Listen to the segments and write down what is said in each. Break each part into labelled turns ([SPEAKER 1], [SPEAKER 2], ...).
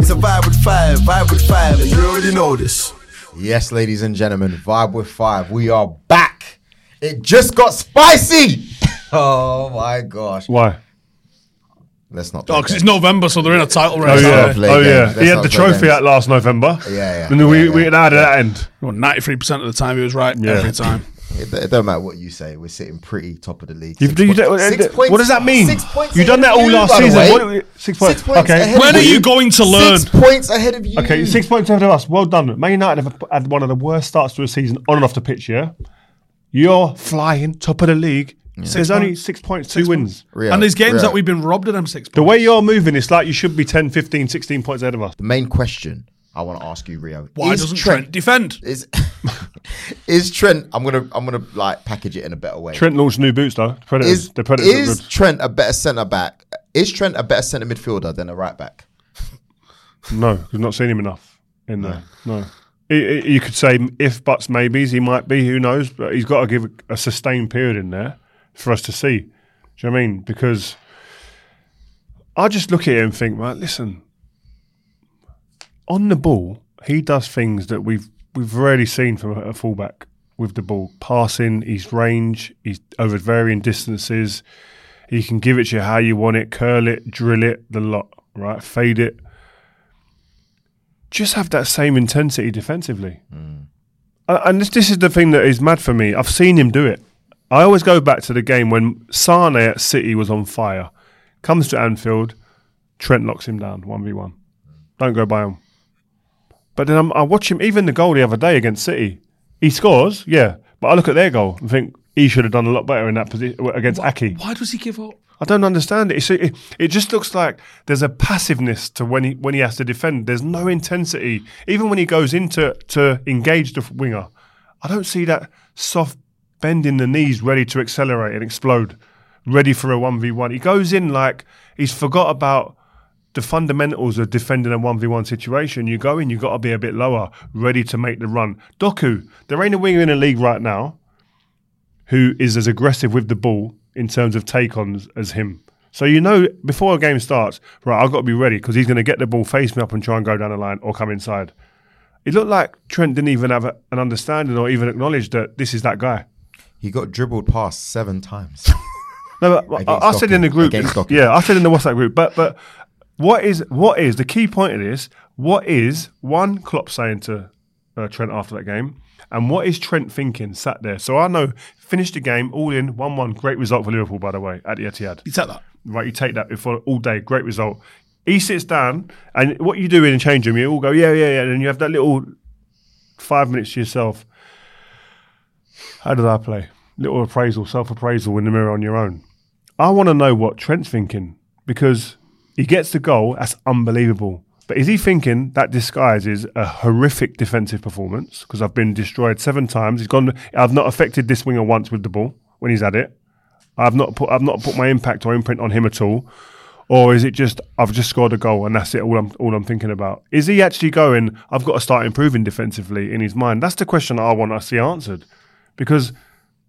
[SPEAKER 1] It's a vibe with five, vibe with five, and you already know this.
[SPEAKER 2] Yes, ladies and gentlemen, Vibe with Five. We are back. It just got spicy. Oh my gosh.
[SPEAKER 3] Why?
[SPEAKER 2] Let's not.
[SPEAKER 4] Oh,
[SPEAKER 2] play
[SPEAKER 4] because it's
[SPEAKER 2] games.
[SPEAKER 4] November, so they're in a title
[SPEAKER 3] Oh
[SPEAKER 4] race.
[SPEAKER 3] yeah,
[SPEAKER 2] play
[SPEAKER 3] oh
[SPEAKER 2] games.
[SPEAKER 3] yeah.
[SPEAKER 2] Let's
[SPEAKER 3] he
[SPEAKER 2] not
[SPEAKER 3] had the
[SPEAKER 2] play
[SPEAKER 3] trophy
[SPEAKER 2] games.
[SPEAKER 3] out last November.
[SPEAKER 2] Yeah, yeah,
[SPEAKER 3] And then we
[SPEAKER 2] yeah,
[SPEAKER 3] we
[SPEAKER 2] yeah.
[SPEAKER 3] had out of that end.
[SPEAKER 4] Well, 93% of the time he was right
[SPEAKER 3] Yeah.
[SPEAKER 4] every time.
[SPEAKER 2] It, it don't matter what you say. We're sitting pretty top of the league.
[SPEAKER 3] You,
[SPEAKER 2] Six
[SPEAKER 3] you
[SPEAKER 2] points-
[SPEAKER 3] don't-
[SPEAKER 2] six
[SPEAKER 3] what
[SPEAKER 2] points-
[SPEAKER 3] does that mean?
[SPEAKER 2] Six points.
[SPEAKER 3] you done that
[SPEAKER 2] ahead of
[SPEAKER 3] all
[SPEAKER 2] you,
[SPEAKER 3] last
[SPEAKER 2] by the
[SPEAKER 3] season.
[SPEAKER 2] way.
[SPEAKER 3] What, six points.
[SPEAKER 2] Six points
[SPEAKER 3] okay.
[SPEAKER 2] ahead of
[SPEAKER 4] When are you going to learn?
[SPEAKER 2] Six points ahead of you.
[SPEAKER 3] Okay, six points ahead of us. Well done. Man United have had one of the worst starts to a season on and off the pitch. Yeah, you're flying top of the league. There's only six points, two wins.
[SPEAKER 2] Real,
[SPEAKER 4] and there's games
[SPEAKER 2] real.
[SPEAKER 4] that we've been robbed of them six points.
[SPEAKER 3] The way you're moving, it's like you should be 10, 15, 16 points ahead of us.
[SPEAKER 2] The main question I want to ask you, Rio.
[SPEAKER 4] Why
[SPEAKER 2] is
[SPEAKER 4] doesn't Trent defend?
[SPEAKER 2] is is Trent? I'm gonna I'm gonna like package it in a better way.
[SPEAKER 3] Trent launched new boots though. The Predators.
[SPEAKER 2] is
[SPEAKER 3] the Predators. are
[SPEAKER 2] is
[SPEAKER 3] good.
[SPEAKER 2] Trent a better centre back? Is Trent a better centre midfielder than a right back?
[SPEAKER 3] No, we've not seen him enough in there. No. I- I- You could say if buts maybes he might be who knows but he's got to give a sustained period in there for us to see. Do you know what I mean? Because I just look at him and think, right, listen, on the ball he does things that we've we've rarely seen from a a fullback with the ball, passing, his range, he's over varying distances. He can give it to you how you want it, curl it, drill it, the lot, right? Fade it just have that same intensity defensively. Uh, and this, this is the thing that is mad for me. I've seen him do it. I always go back to the game when Sane at City was on fire. Comes to Anfield, Trent locks him down 1v1. Don't go by him. But then I'm, I watch him, even the goal the other day against City. He scores, yeah. But I look at their goal and think he should have done a lot better in that position against Aki.
[SPEAKER 4] Why does he give up?
[SPEAKER 3] I don't understand it. It's, it. It just looks like there's a passiveness to when he when he has to defend. There's no intensity, even when he goes in to, to engage the winger. I don't see that soft bend in the knees, ready to accelerate and explode, ready for a one v one. He goes in like he's forgot about the fundamentals of defending a one v one situation. You go in, you got to be a bit lower, ready to make the run. Doku, there ain't a winger in the league right now who is as aggressive with the ball in terms of take ons as him. So you know before a game starts, right, I've got to be ready because he's going to get the ball, face me up, and try and go down the line or come inside. It looked like Trent didn't even have a, an understanding or even acknowledge that this is that guy.
[SPEAKER 2] He got dribbled past seven times.
[SPEAKER 3] No, but I, I
[SPEAKER 2] Against
[SPEAKER 3] said in the
[SPEAKER 2] Doku.
[SPEAKER 3] group.
[SPEAKER 2] Against Doku.
[SPEAKER 3] Yeah, I said in the WhatsApp group. But but what is what is the key point of this? What is one Klopp saying to uh, Trent after that game, and what is Trent thinking sat there? So I know finished the game all in one one. Great result for Liverpool, by the way, at the Etihad.
[SPEAKER 4] He said that.
[SPEAKER 3] Right, you take that before all day. Great result. He sits down, and what you do in a change room, you all go yeah yeah yeah, and then you have that little five minutes to yourself. How did I play? Little appraisal, self appraisal in the mirror on your own. I want to know what Trent's thinking because he gets the goal. That's unbelievable. But is he thinking that disguises a horrific defensive performance? Because I've been destroyed seven times. He's gone. I've not affected this winger once with the ball when he's had it. I've not put. I've not put my impact or imprint on him at all. Or is it just I've just scored a goal and that's it? All I'm all I'm thinking about is he actually going? I've got to start improving defensively in his mind. That's the question that I want to see answered, because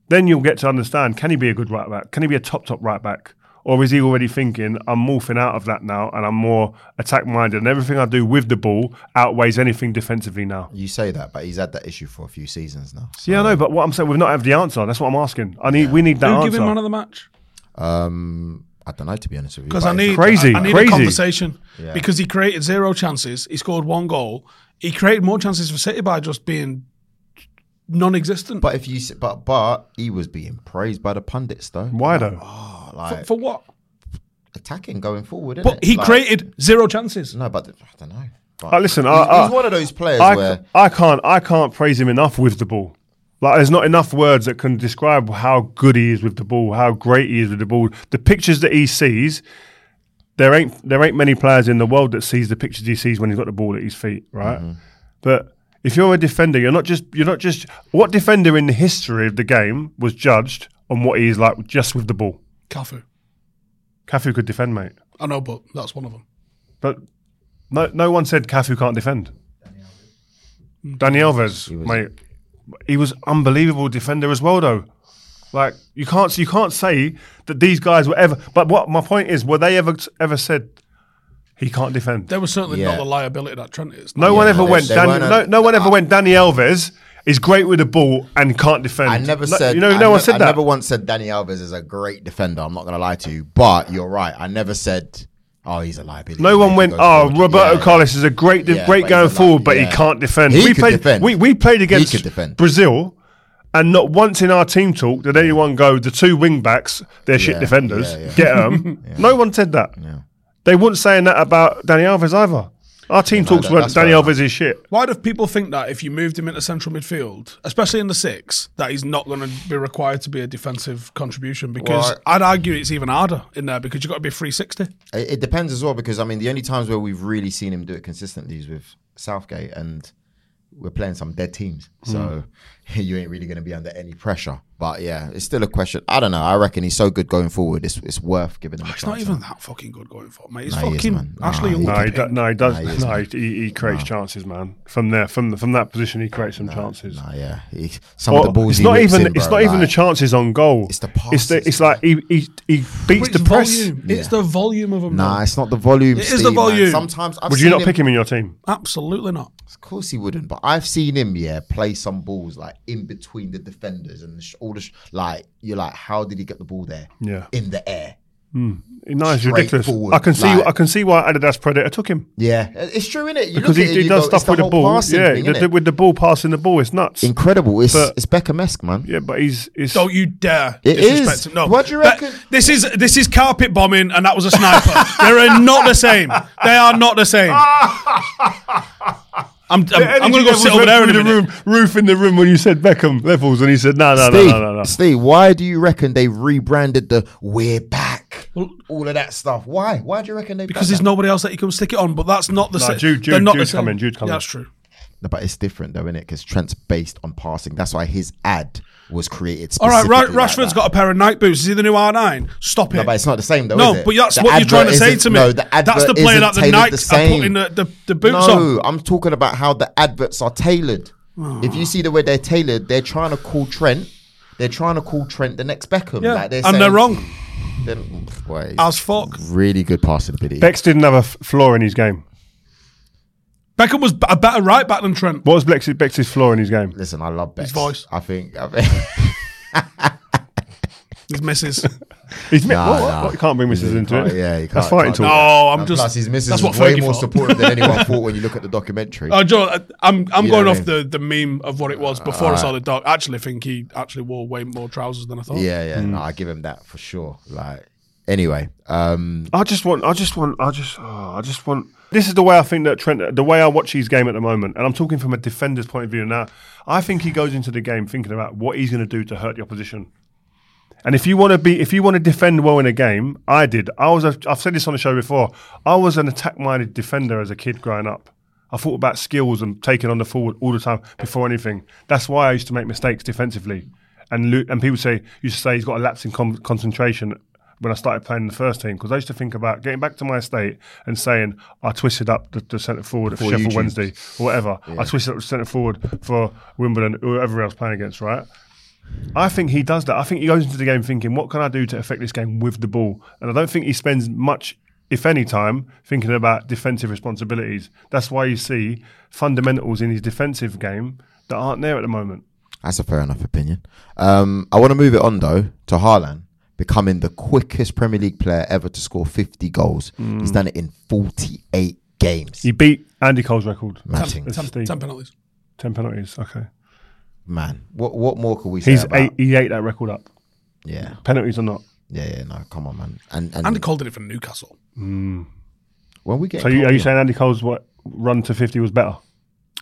[SPEAKER 3] then you'll get to understand can he be a good right back? Can he be a top, top right back? Or is he already thinking, I'm morphing out of that now and I'm more attack minded and everything I do with the ball outweighs anything defensively now?
[SPEAKER 2] you say that, but he's had that issue for a few seasons now. So,
[SPEAKER 3] Yeah, I know, but what I'm saying, we've not had the answer. That's what I'm asking. I need, We need that
[SPEAKER 4] Who
[SPEAKER 3] answer.
[SPEAKER 4] give him man of the match?
[SPEAKER 2] um, I don't know to be honest with you.
[SPEAKER 4] Because
[SPEAKER 2] but
[SPEAKER 4] I
[SPEAKER 2] it's-
[SPEAKER 4] need
[SPEAKER 3] Crazy,
[SPEAKER 4] I, I need
[SPEAKER 3] crazy.
[SPEAKER 4] a conversation
[SPEAKER 2] Yeah.
[SPEAKER 4] because he created zero chances. He scored one goal. He created more chances for City by just being non-existent.
[SPEAKER 2] But if you s- but but he was being praised by the pundits though.
[SPEAKER 3] Why though?
[SPEAKER 2] Oh,
[SPEAKER 4] for,
[SPEAKER 2] like
[SPEAKER 4] for what?
[SPEAKER 2] attacking going forward. innit?
[SPEAKER 4] But he
[SPEAKER 2] Like-
[SPEAKER 4] created zero chances.
[SPEAKER 2] No, but I don't know. But
[SPEAKER 3] Uh, listen,
[SPEAKER 2] he's,
[SPEAKER 3] I-
[SPEAKER 2] he's
[SPEAKER 3] I-
[SPEAKER 2] one of those players
[SPEAKER 3] I,
[SPEAKER 2] where
[SPEAKER 3] I can't I can't praise him enough with the ball. Like there's not enough words that can describe how good he is with the ball, how great he is with the ball. The pictures that he sees, there ain't there ain't many players in the world that sees the pictures he sees when he's got the ball at his feet, right? But if you're a defender, you're not just you're not just what defender in the history of the game was judged on what he's like just with the ball.
[SPEAKER 4] Cafu.
[SPEAKER 3] Cafu could defend, mate,
[SPEAKER 4] I know, but that's one of them.
[SPEAKER 3] but no no one said Cafu can't defend. Dani Alves, mate, he was unbelievable defender as well, though. Like you can't you can't say that these guys were ever. But what my point is, were they ever ever said he can't defend?
[SPEAKER 4] They were certainly
[SPEAKER 2] Yeah.
[SPEAKER 4] not the liability that Trent is.
[SPEAKER 3] No one ever
[SPEAKER 2] they-
[SPEAKER 3] went.
[SPEAKER 2] they
[SPEAKER 3] Dan,
[SPEAKER 2] weren't a-
[SPEAKER 3] no, no one ever went. Danny Alves is great with the ball and can't defend.
[SPEAKER 2] I never
[SPEAKER 3] No-
[SPEAKER 2] said.
[SPEAKER 3] You know,
[SPEAKER 2] I
[SPEAKER 3] no one
[SPEAKER 2] ne-
[SPEAKER 3] said
[SPEAKER 2] I
[SPEAKER 3] that.
[SPEAKER 2] never once said Danny Alves is a great defender. I'm not going to lie to you, but you're right. I never said, oh, he's a liability.
[SPEAKER 3] no
[SPEAKER 2] He
[SPEAKER 3] one
[SPEAKER 2] can
[SPEAKER 3] went.
[SPEAKER 2] go
[SPEAKER 3] Oh,
[SPEAKER 2] forward."
[SPEAKER 3] Roberto
[SPEAKER 2] Yeah.
[SPEAKER 3] Carlos is a great, de-
[SPEAKER 2] Yeah,
[SPEAKER 3] great
[SPEAKER 2] but
[SPEAKER 3] going
[SPEAKER 2] he's a li-
[SPEAKER 3] forward, but
[SPEAKER 2] yeah.
[SPEAKER 3] he can't defend.
[SPEAKER 2] He
[SPEAKER 3] we
[SPEAKER 2] could
[SPEAKER 3] played.
[SPEAKER 2] defend.
[SPEAKER 3] We, we played against
[SPEAKER 2] could defend.
[SPEAKER 3] Brazil, and not once in our team talk did anyone go. The two wing backs, they're shit
[SPEAKER 2] Yeah,
[SPEAKER 3] defenders.
[SPEAKER 2] yeah, yeah.
[SPEAKER 3] Get them. No one said that.
[SPEAKER 2] Yeah.
[SPEAKER 3] They weren't saying that about Danny Alves either. Our team talks
[SPEAKER 2] that-
[SPEAKER 3] were
[SPEAKER 2] that's
[SPEAKER 3] Danny
[SPEAKER 2] fair enough.
[SPEAKER 3] Alves is shit.
[SPEAKER 4] Why do people think that if you moved him into central midfield, especially in the six, that he's not going to be required to be a defensive contribution? Because
[SPEAKER 2] Well,
[SPEAKER 4] I'd argue it's even harder in there because you've got to be 360.
[SPEAKER 2] It, it depends as well because I mean the only times where we've really seen him do it consistently is with Southgate, and we're playing some dead teams,
[SPEAKER 3] Hmm.
[SPEAKER 2] so you ain't really going to be under any pressure. But yeah, it's still a question. I don't know. I reckon he's so good going forward. It's it's worth giving him.
[SPEAKER 3] Oh,
[SPEAKER 2] a
[SPEAKER 4] It's
[SPEAKER 2] chance.
[SPEAKER 4] not even that fucking good going for, mate. He's
[SPEAKER 2] No, he is,
[SPEAKER 4] fucking
[SPEAKER 2] man. No,
[SPEAKER 4] Ashley
[SPEAKER 2] he-
[SPEAKER 4] Young.
[SPEAKER 3] No, he do, no, he does.
[SPEAKER 2] Nah, he is,
[SPEAKER 3] no, he, he, creates chances, man. From there, from from that position, he creates some chances.
[SPEAKER 2] Nah, yeah, he, some
[SPEAKER 3] Or-
[SPEAKER 2] of the balls.
[SPEAKER 3] it's
[SPEAKER 2] he
[SPEAKER 3] not
[SPEAKER 2] whips
[SPEAKER 3] even.
[SPEAKER 2] in,
[SPEAKER 3] it's
[SPEAKER 2] bro,
[SPEAKER 3] not even the
[SPEAKER 2] like-
[SPEAKER 3] chances on goal.
[SPEAKER 2] It's the
[SPEAKER 3] It's,
[SPEAKER 2] passes.
[SPEAKER 3] it's like he he, he beats
[SPEAKER 4] It's
[SPEAKER 3] the press.
[SPEAKER 4] volume. It's the volume of him.
[SPEAKER 2] Nah,
[SPEAKER 4] though.
[SPEAKER 2] it's not the volume.
[SPEAKER 4] It is the
[SPEAKER 2] Steve, man.
[SPEAKER 4] volume.
[SPEAKER 2] Sometimes I've
[SPEAKER 3] Would you
[SPEAKER 2] seen
[SPEAKER 3] not
[SPEAKER 2] him,
[SPEAKER 3] pick him in your team?
[SPEAKER 4] Absolutely not.
[SPEAKER 2] Of course he wouldn't, but I've seen him yeah play some balls like in between the defenders and the sh- all the sh- like you're like how did he get the ball there?
[SPEAKER 3] Yeah.
[SPEAKER 2] in the air.
[SPEAKER 3] No, it's ridiculous.
[SPEAKER 2] Straightforward,
[SPEAKER 3] I can see.
[SPEAKER 2] like-
[SPEAKER 3] I can see why Adidas Predator took him
[SPEAKER 2] Yeah, it's true, innit? You look at
[SPEAKER 3] because
[SPEAKER 2] it
[SPEAKER 3] he,
[SPEAKER 2] and
[SPEAKER 3] he
[SPEAKER 2] you
[SPEAKER 3] does
[SPEAKER 2] go, it's
[SPEAKER 3] stuff with the
[SPEAKER 2] whole
[SPEAKER 3] ball.
[SPEAKER 2] passing
[SPEAKER 3] Yeah,
[SPEAKER 2] thing,
[SPEAKER 3] the-
[SPEAKER 2] innit?
[SPEAKER 3] with the ball passing the ball, it's nuts.
[SPEAKER 2] incredible. It's
[SPEAKER 3] But-
[SPEAKER 2] it's Beckham-esque, man.
[SPEAKER 3] yeah, but he's he's.
[SPEAKER 4] Don't you dare
[SPEAKER 2] It
[SPEAKER 4] disrespect
[SPEAKER 2] is.
[SPEAKER 4] him. No.
[SPEAKER 2] What do you
[SPEAKER 4] That-
[SPEAKER 2] reckon-
[SPEAKER 4] this is this is carpet bombing, and that was a sniper. They're not the same. They are not the same. I'm, I'm, I'm going to go sit over there in a
[SPEAKER 3] the
[SPEAKER 4] minute.
[SPEAKER 3] room. Roof in the room when you said Beckham levels, and he said no, no, no,
[SPEAKER 2] Steve,
[SPEAKER 3] no, no, no.
[SPEAKER 2] Steve, why do you reckon they rebranded the "We're Back"
[SPEAKER 4] Well-
[SPEAKER 2] all of that stuff? Why? Why do you reckon they?
[SPEAKER 4] because there's nobody else that you can stick it on. But that's not the
[SPEAKER 3] No,
[SPEAKER 4] same.
[SPEAKER 3] Jude-
[SPEAKER 4] They're
[SPEAKER 3] Jude-
[SPEAKER 4] not
[SPEAKER 3] Jude's
[SPEAKER 4] the same.
[SPEAKER 3] coming, Jude's coming.
[SPEAKER 4] Yeah, that's true.
[SPEAKER 2] but it's different though, innit? Because Trent's based on passing. That's why his ad was created.
[SPEAKER 4] All right, Ra-
[SPEAKER 2] specifically like
[SPEAKER 4] Rashford's
[SPEAKER 2] that.
[SPEAKER 4] got a pair of night boots. Is he the new R9? Stop it.
[SPEAKER 2] No, but it's not the same though.
[SPEAKER 4] No,
[SPEAKER 2] is it?
[SPEAKER 4] but that's
[SPEAKER 2] The
[SPEAKER 4] what you're trying to
[SPEAKER 2] advert
[SPEAKER 4] say
[SPEAKER 2] isn't-
[SPEAKER 4] to me.
[SPEAKER 2] No, the
[SPEAKER 4] that's the
[SPEAKER 2] advert
[SPEAKER 4] player
[SPEAKER 2] isn't
[SPEAKER 4] that the
[SPEAKER 2] tailored
[SPEAKER 4] Knights are
[SPEAKER 2] same.
[SPEAKER 4] putting the, the, the boots on. Oh.
[SPEAKER 2] No, I'm talking about how the adverts are tailored. If you see the way they're tailored, they're trying to call Trent. They're trying to call Trent the next Beckham.
[SPEAKER 4] Yeah,
[SPEAKER 2] Like, they're
[SPEAKER 4] and they're
[SPEAKER 2] saying-
[SPEAKER 4] wrong
[SPEAKER 2] They're- pff, boy,
[SPEAKER 4] as fuck.
[SPEAKER 2] really good passing ability.
[SPEAKER 3] Bex didn't have a f- flaw in his game.
[SPEAKER 4] Beckham was b- a better right back than Trent.
[SPEAKER 3] What was Bex's, Bex's flaw in his game?
[SPEAKER 2] Listen, I love Bex. His
[SPEAKER 4] voice.
[SPEAKER 2] I think. I think
[SPEAKER 4] His misses.
[SPEAKER 3] He's mi-
[SPEAKER 2] Nah,
[SPEAKER 3] what, what,
[SPEAKER 2] nah.
[SPEAKER 3] what? You can't bring misses
[SPEAKER 2] You
[SPEAKER 3] into
[SPEAKER 2] can't-
[SPEAKER 3] it.
[SPEAKER 2] yeah, you can't-
[SPEAKER 3] That's fighting
[SPEAKER 2] can't
[SPEAKER 3] talk.
[SPEAKER 2] do that.
[SPEAKER 4] No, I'm
[SPEAKER 2] And
[SPEAKER 4] just-
[SPEAKER 2] Plus, his missus
[SPEAKER 4] that's
[SPEAKER 2] is
[SPEAKER 4] what
[SPEAKER 2] way
[SPEAKER 4] Fergie
[SPEAKER 2] more
[SPEAKER 4] thought.
[SPEAKER 2] supportive than anyone thought when you look at the documentary.
[SPEAKER 4] Oh, Joe, I- I'm I'm
[SPEAKER 2] You know
[SPEAKER 4] going
[SPEAKER 2] what I
[SPEAKER 4] off
[SPEAKER 2] mean?
[SPEAKER 4] the, the meme of what it was before I saw the dog. I actually think he actually wore way more trousers than I thought.
[SPEAKER 2] yeah, yeah. No, I give him that for sure. Like, anyway, um,
[SPEAKER 3] I just want, I just want, I just, oh, I just want. This is the way I think that Trent, the way I watch his game at the moment, and I'm talking from a defender's point of view now. I think he goes into the game thinking about what he's going to do to hurt the opposition. And if you want to be, if you want to defend well in a game, I did. I was, a, I've said this on the show before. I was an attack-minded defender as a kid growing up. I thought about skills and taking on the forward all the time before anything. That's why I used to make mistakes defensively. And lo- and people say used to say he's got a lapse in con concentration when I started playing in the first team because I used to think about getting back to my estate and saying I twisted up the, the centre forward for Sheffield
[SPEAKER 2] YouTube.
[SPEAKER 3] Wednesday or whatever. I twisted up the centre forward for Wimbledon, whoever else playing against, right? I think he does that. I think he goes into the game thinking, what can I do to affect this game with the ball? And I don't think he spends much, if any, time thinking about defensive responsibilities. That's why you see fundamentals in his defensive game that aren't there at the moment.
[SPEAKER 2] That's a fair enough opinion. Um, I want to move it on though to Haaland becoming the quickest Premier League player ever to score 50 goals. He's done it in 48 games.
[SPEAKER 3] Mm. He beat Andy Cole's record.
[SPEAKER 2] Matching.
[SPEAKER 3] It's
[SPEAKER 4] Ten,
[SPEAKER 3] just the-
[SPEAKER 4] ten penalties.
[SPEAKER 3] 10 penalties. Okay.
[SPEAKER 2] Man, what what more could we say?
[SPEAKER 3] He's
[SPEAKER 2] about-
[SPEAKER 3] eight, he ate that record up.
[SPEAKER 2] Yeah,
[SPEAKER 3] Penalties or not.
[SPEAKER 2] yeah, yeah. No, come on, man. And and,
[SPEAKER 4] Andy Cole did it for Newcastle.
[SPEAKER 2] when we get
[SPEAKER 3] So you, are you saying Andy Cole's what, run to 50 was better?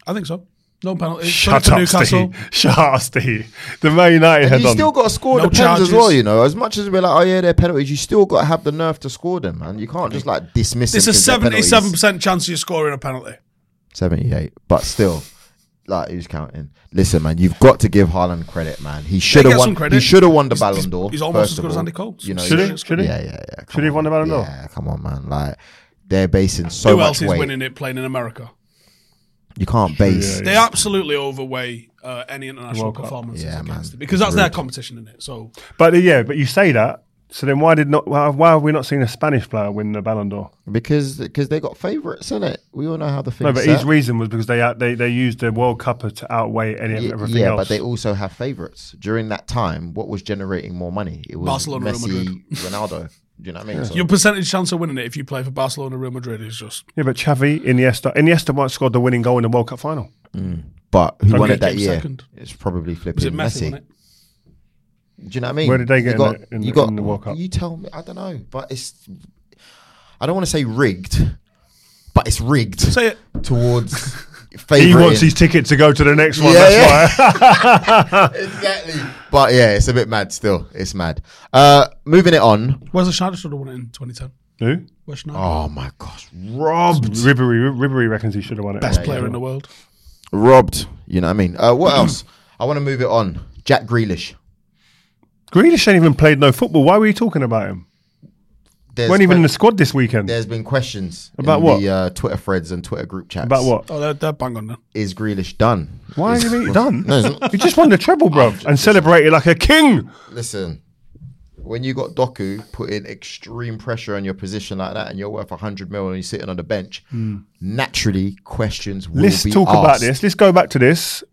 [SPEAKER 4] I think so. No penalties.
[SPEAKER 3] Shut
[SPEAKER 4] Twenty
[SPEAKER 3] up,
[SPEAKER 4] for Newcastle.
[SPEAKER 3] Steve. Shut up, Steve. The Man United
[SPEAKER 2] And
[SPEAKER 3] head
[SPEAKER 2] you
[SPEAKER 3] on.
[SPEAKER 2] still got to score
[SPEAKER 4] No
[SPEAKER 2] the pens
[SPEAKER 4] charges.
[SPEAKER 2] as well, you know. As much as we're like, oh yeah, they're penalties, you still got to have the nerve to score them, man. You can't just like dismiss
[SPEAKER 4] It's
[SPEAKER 2] them
[SPEAKER 4] a
[SPEAKER 2] 'cause they're penalties.
[SPEAKER 4] seventy-seven percent chance of you scoring a penalty.
[SPEAKER 2] 78. But still, like who's counting? Listen, man, you've got to give Haaland credit, man. He should
[SPEAKER 4] get
[SPEAKER 2] have won.
[SPEAKER 4] some credit.
[SPEAKER 2] He should have won the
[SPEAKER 4] He's-
[SPEAKER 2] Ballon
[SPEAKER 4] he's-
[SPEAKER 2] d'Or.
[SPEAKER 4] he's almost
[SPEAKER 2] first
[SPEAKER 4] as
[SPEAKER 2] of
[SPEAKER 4] good as
[SPEAKER 2] all.
[SPEAKER 4] Andy Cole.
[SPEAKER 2] You know,
[SPEAKER 3] Should he?
[SPEAKER 2] should-
[SPEAKER 3] Should he?
[SPEAKER 2] Yeah, yeah, yeah.
[SPEAKER 3] Should he have won the Ballon d'Or?
[SPEAKER 2] Yeah, come on, man. Like they're basing so
[SPEAKER 4] Who
[SPEAKER 2] much
[SPEAKER 4] else is
[SPEAKER 2] weight.
[SPEAKER 4] winning it playing in America?
[SPEAKER 2] You can't base.
[SPEAKER 3] yeah.
[SPEAKER 4] They absolutely overweigh uh, any international
[SPEAKER 3] World Cup.
[SPEAKER 4] performances
[SPEAKER 2] Yeah,
[SPEAKER 4] against
[SPEAKER 2] man.
[SPEAKER 4] it because that's their competition in it. So
[SPEAKER 3] But uh, yeah, but you say that. So then why did not? Why, why have we not seen a Spanish player win the Ballon d'Or?
[SPEAKER 2] because because they got favourites in it. We all know how the things.
[SPEAKER 3] No, but
[SPEAKER 2] set.
[SPEAKER 3] his reason was because they out- they they used the World Cup to outweigh any
[SPEAKER 2] Y-
[SPEAKER 3] everything
[SPEAKER 2] yeah,
[SPEAKER 3] else.
[SPEAKER 2] but they also have favourites. During that time, what was generating more money? It was
[SPEAKER 4] Barcelona, Real
[SPEAKER 2] Messi, Ronaldo. Do you know what I mean? So-
[SPEAKER 4] your percentage chance of winning it if you play for Barcelona, Real Madrid is just
[SPEAKER 3] yeah, but Xavi, Iniesta, Iniesta might scored the winning goal in the World Cup final.
[SPEAKER 2] but who won
[SPEAKER 4] who
[SPEAKER 2] it that
[SPEAKER 4] came
[SPEAKER 2] year?
[SPEAKER 4] second?
[SPEAKER 2] It's probably flipping
[SPEAKER 4] was it Messi?
[SPEAKER 2] Messi.
[SPEAKER 4] Wasn't it?
[SPEAKER 2] Do you know what I mean?
[SPEAKER 3] Where did they get
[SPEAKER 2] you
[SPEAKER 3] in
[SPEAKER 2] got,
[SPEAKER 3] the- in
[SPEAKER 2] you
[SPEAKER 3] the-
[SPEAKER 2] got,
[SPEAKER 3] in the World Cup?
[SPEAKER 2] You tell me. I don't know, but it's. I don't want to say rigged, but it's rigged
[SPEAKER 4] Say it.
[SPEAKER 2] towards.
[SPEAKER 3] He wants
[SPEAKER 2] favouring-
[SPEAKER 3] his ticket to go to the next one.
[SPEAKER 2] Yeah,
[SPEAKER 3] that's
[SPEAKER 2] yeah.
[SPEAKER 3] why.
[SPEAKER 2] exactly. But yeah, it's a bit mad. Still, it's mad. Uh, moving it on.
[SPEAKER 4] Where's the Schneider should have won it in 2010?
[SPEAKER 3] Who?
[SPEAKER 4] Where's Schneider?
[SPEAKER 2] Oh my gosh, robbed,
[SPEAKER 3] Ribery, Ribery reckons he should have won it.
[SPEAKER 4] Best player in the world.
[SPEAKER 2] robbed. You know what I mean? Uh, what else? I want to move it on. Jack Grealish.
[SPEAKER 3] Grealish ain't even played no football. Why were you talking about him?
[SPEAKER 2] There's
[SPEAKER 3] Weren't even in
[SPEAKER 2] que-
[SPEAKER 3] the squad this weekend.
[SPEAKER 2] there's been questions
[SPEAKER 3] About
[SPEAKER 2] in
[SPEAKER 3] what?
[SPEAKER 2] the uh, Twitter threads and Twitter group chats
[SPEAKER 3] About what?
[SPEAKER 4] Oh, they're, they're bang on now.
[SPEAKER 2] is Grealish done?
[SPEAKER 3] Why is he done?
[SPEAKER 2] No, it's not.
[SPEAKER 3] He just won the treble, bro, and celebrated like a king.
[SPEAKER 2] Listen, when you got Doku putting extreme pressure on your position like that, and you're worth 100 mil and you're sitting on the bench, naturally questions will
[SPEAKER 3] Hmm. Let's
[SPEAKER 2] be
[SPEAKER 3] talk about
[SPEAKER 2] asked.
[SPEAKER 3] this. Let's go back to this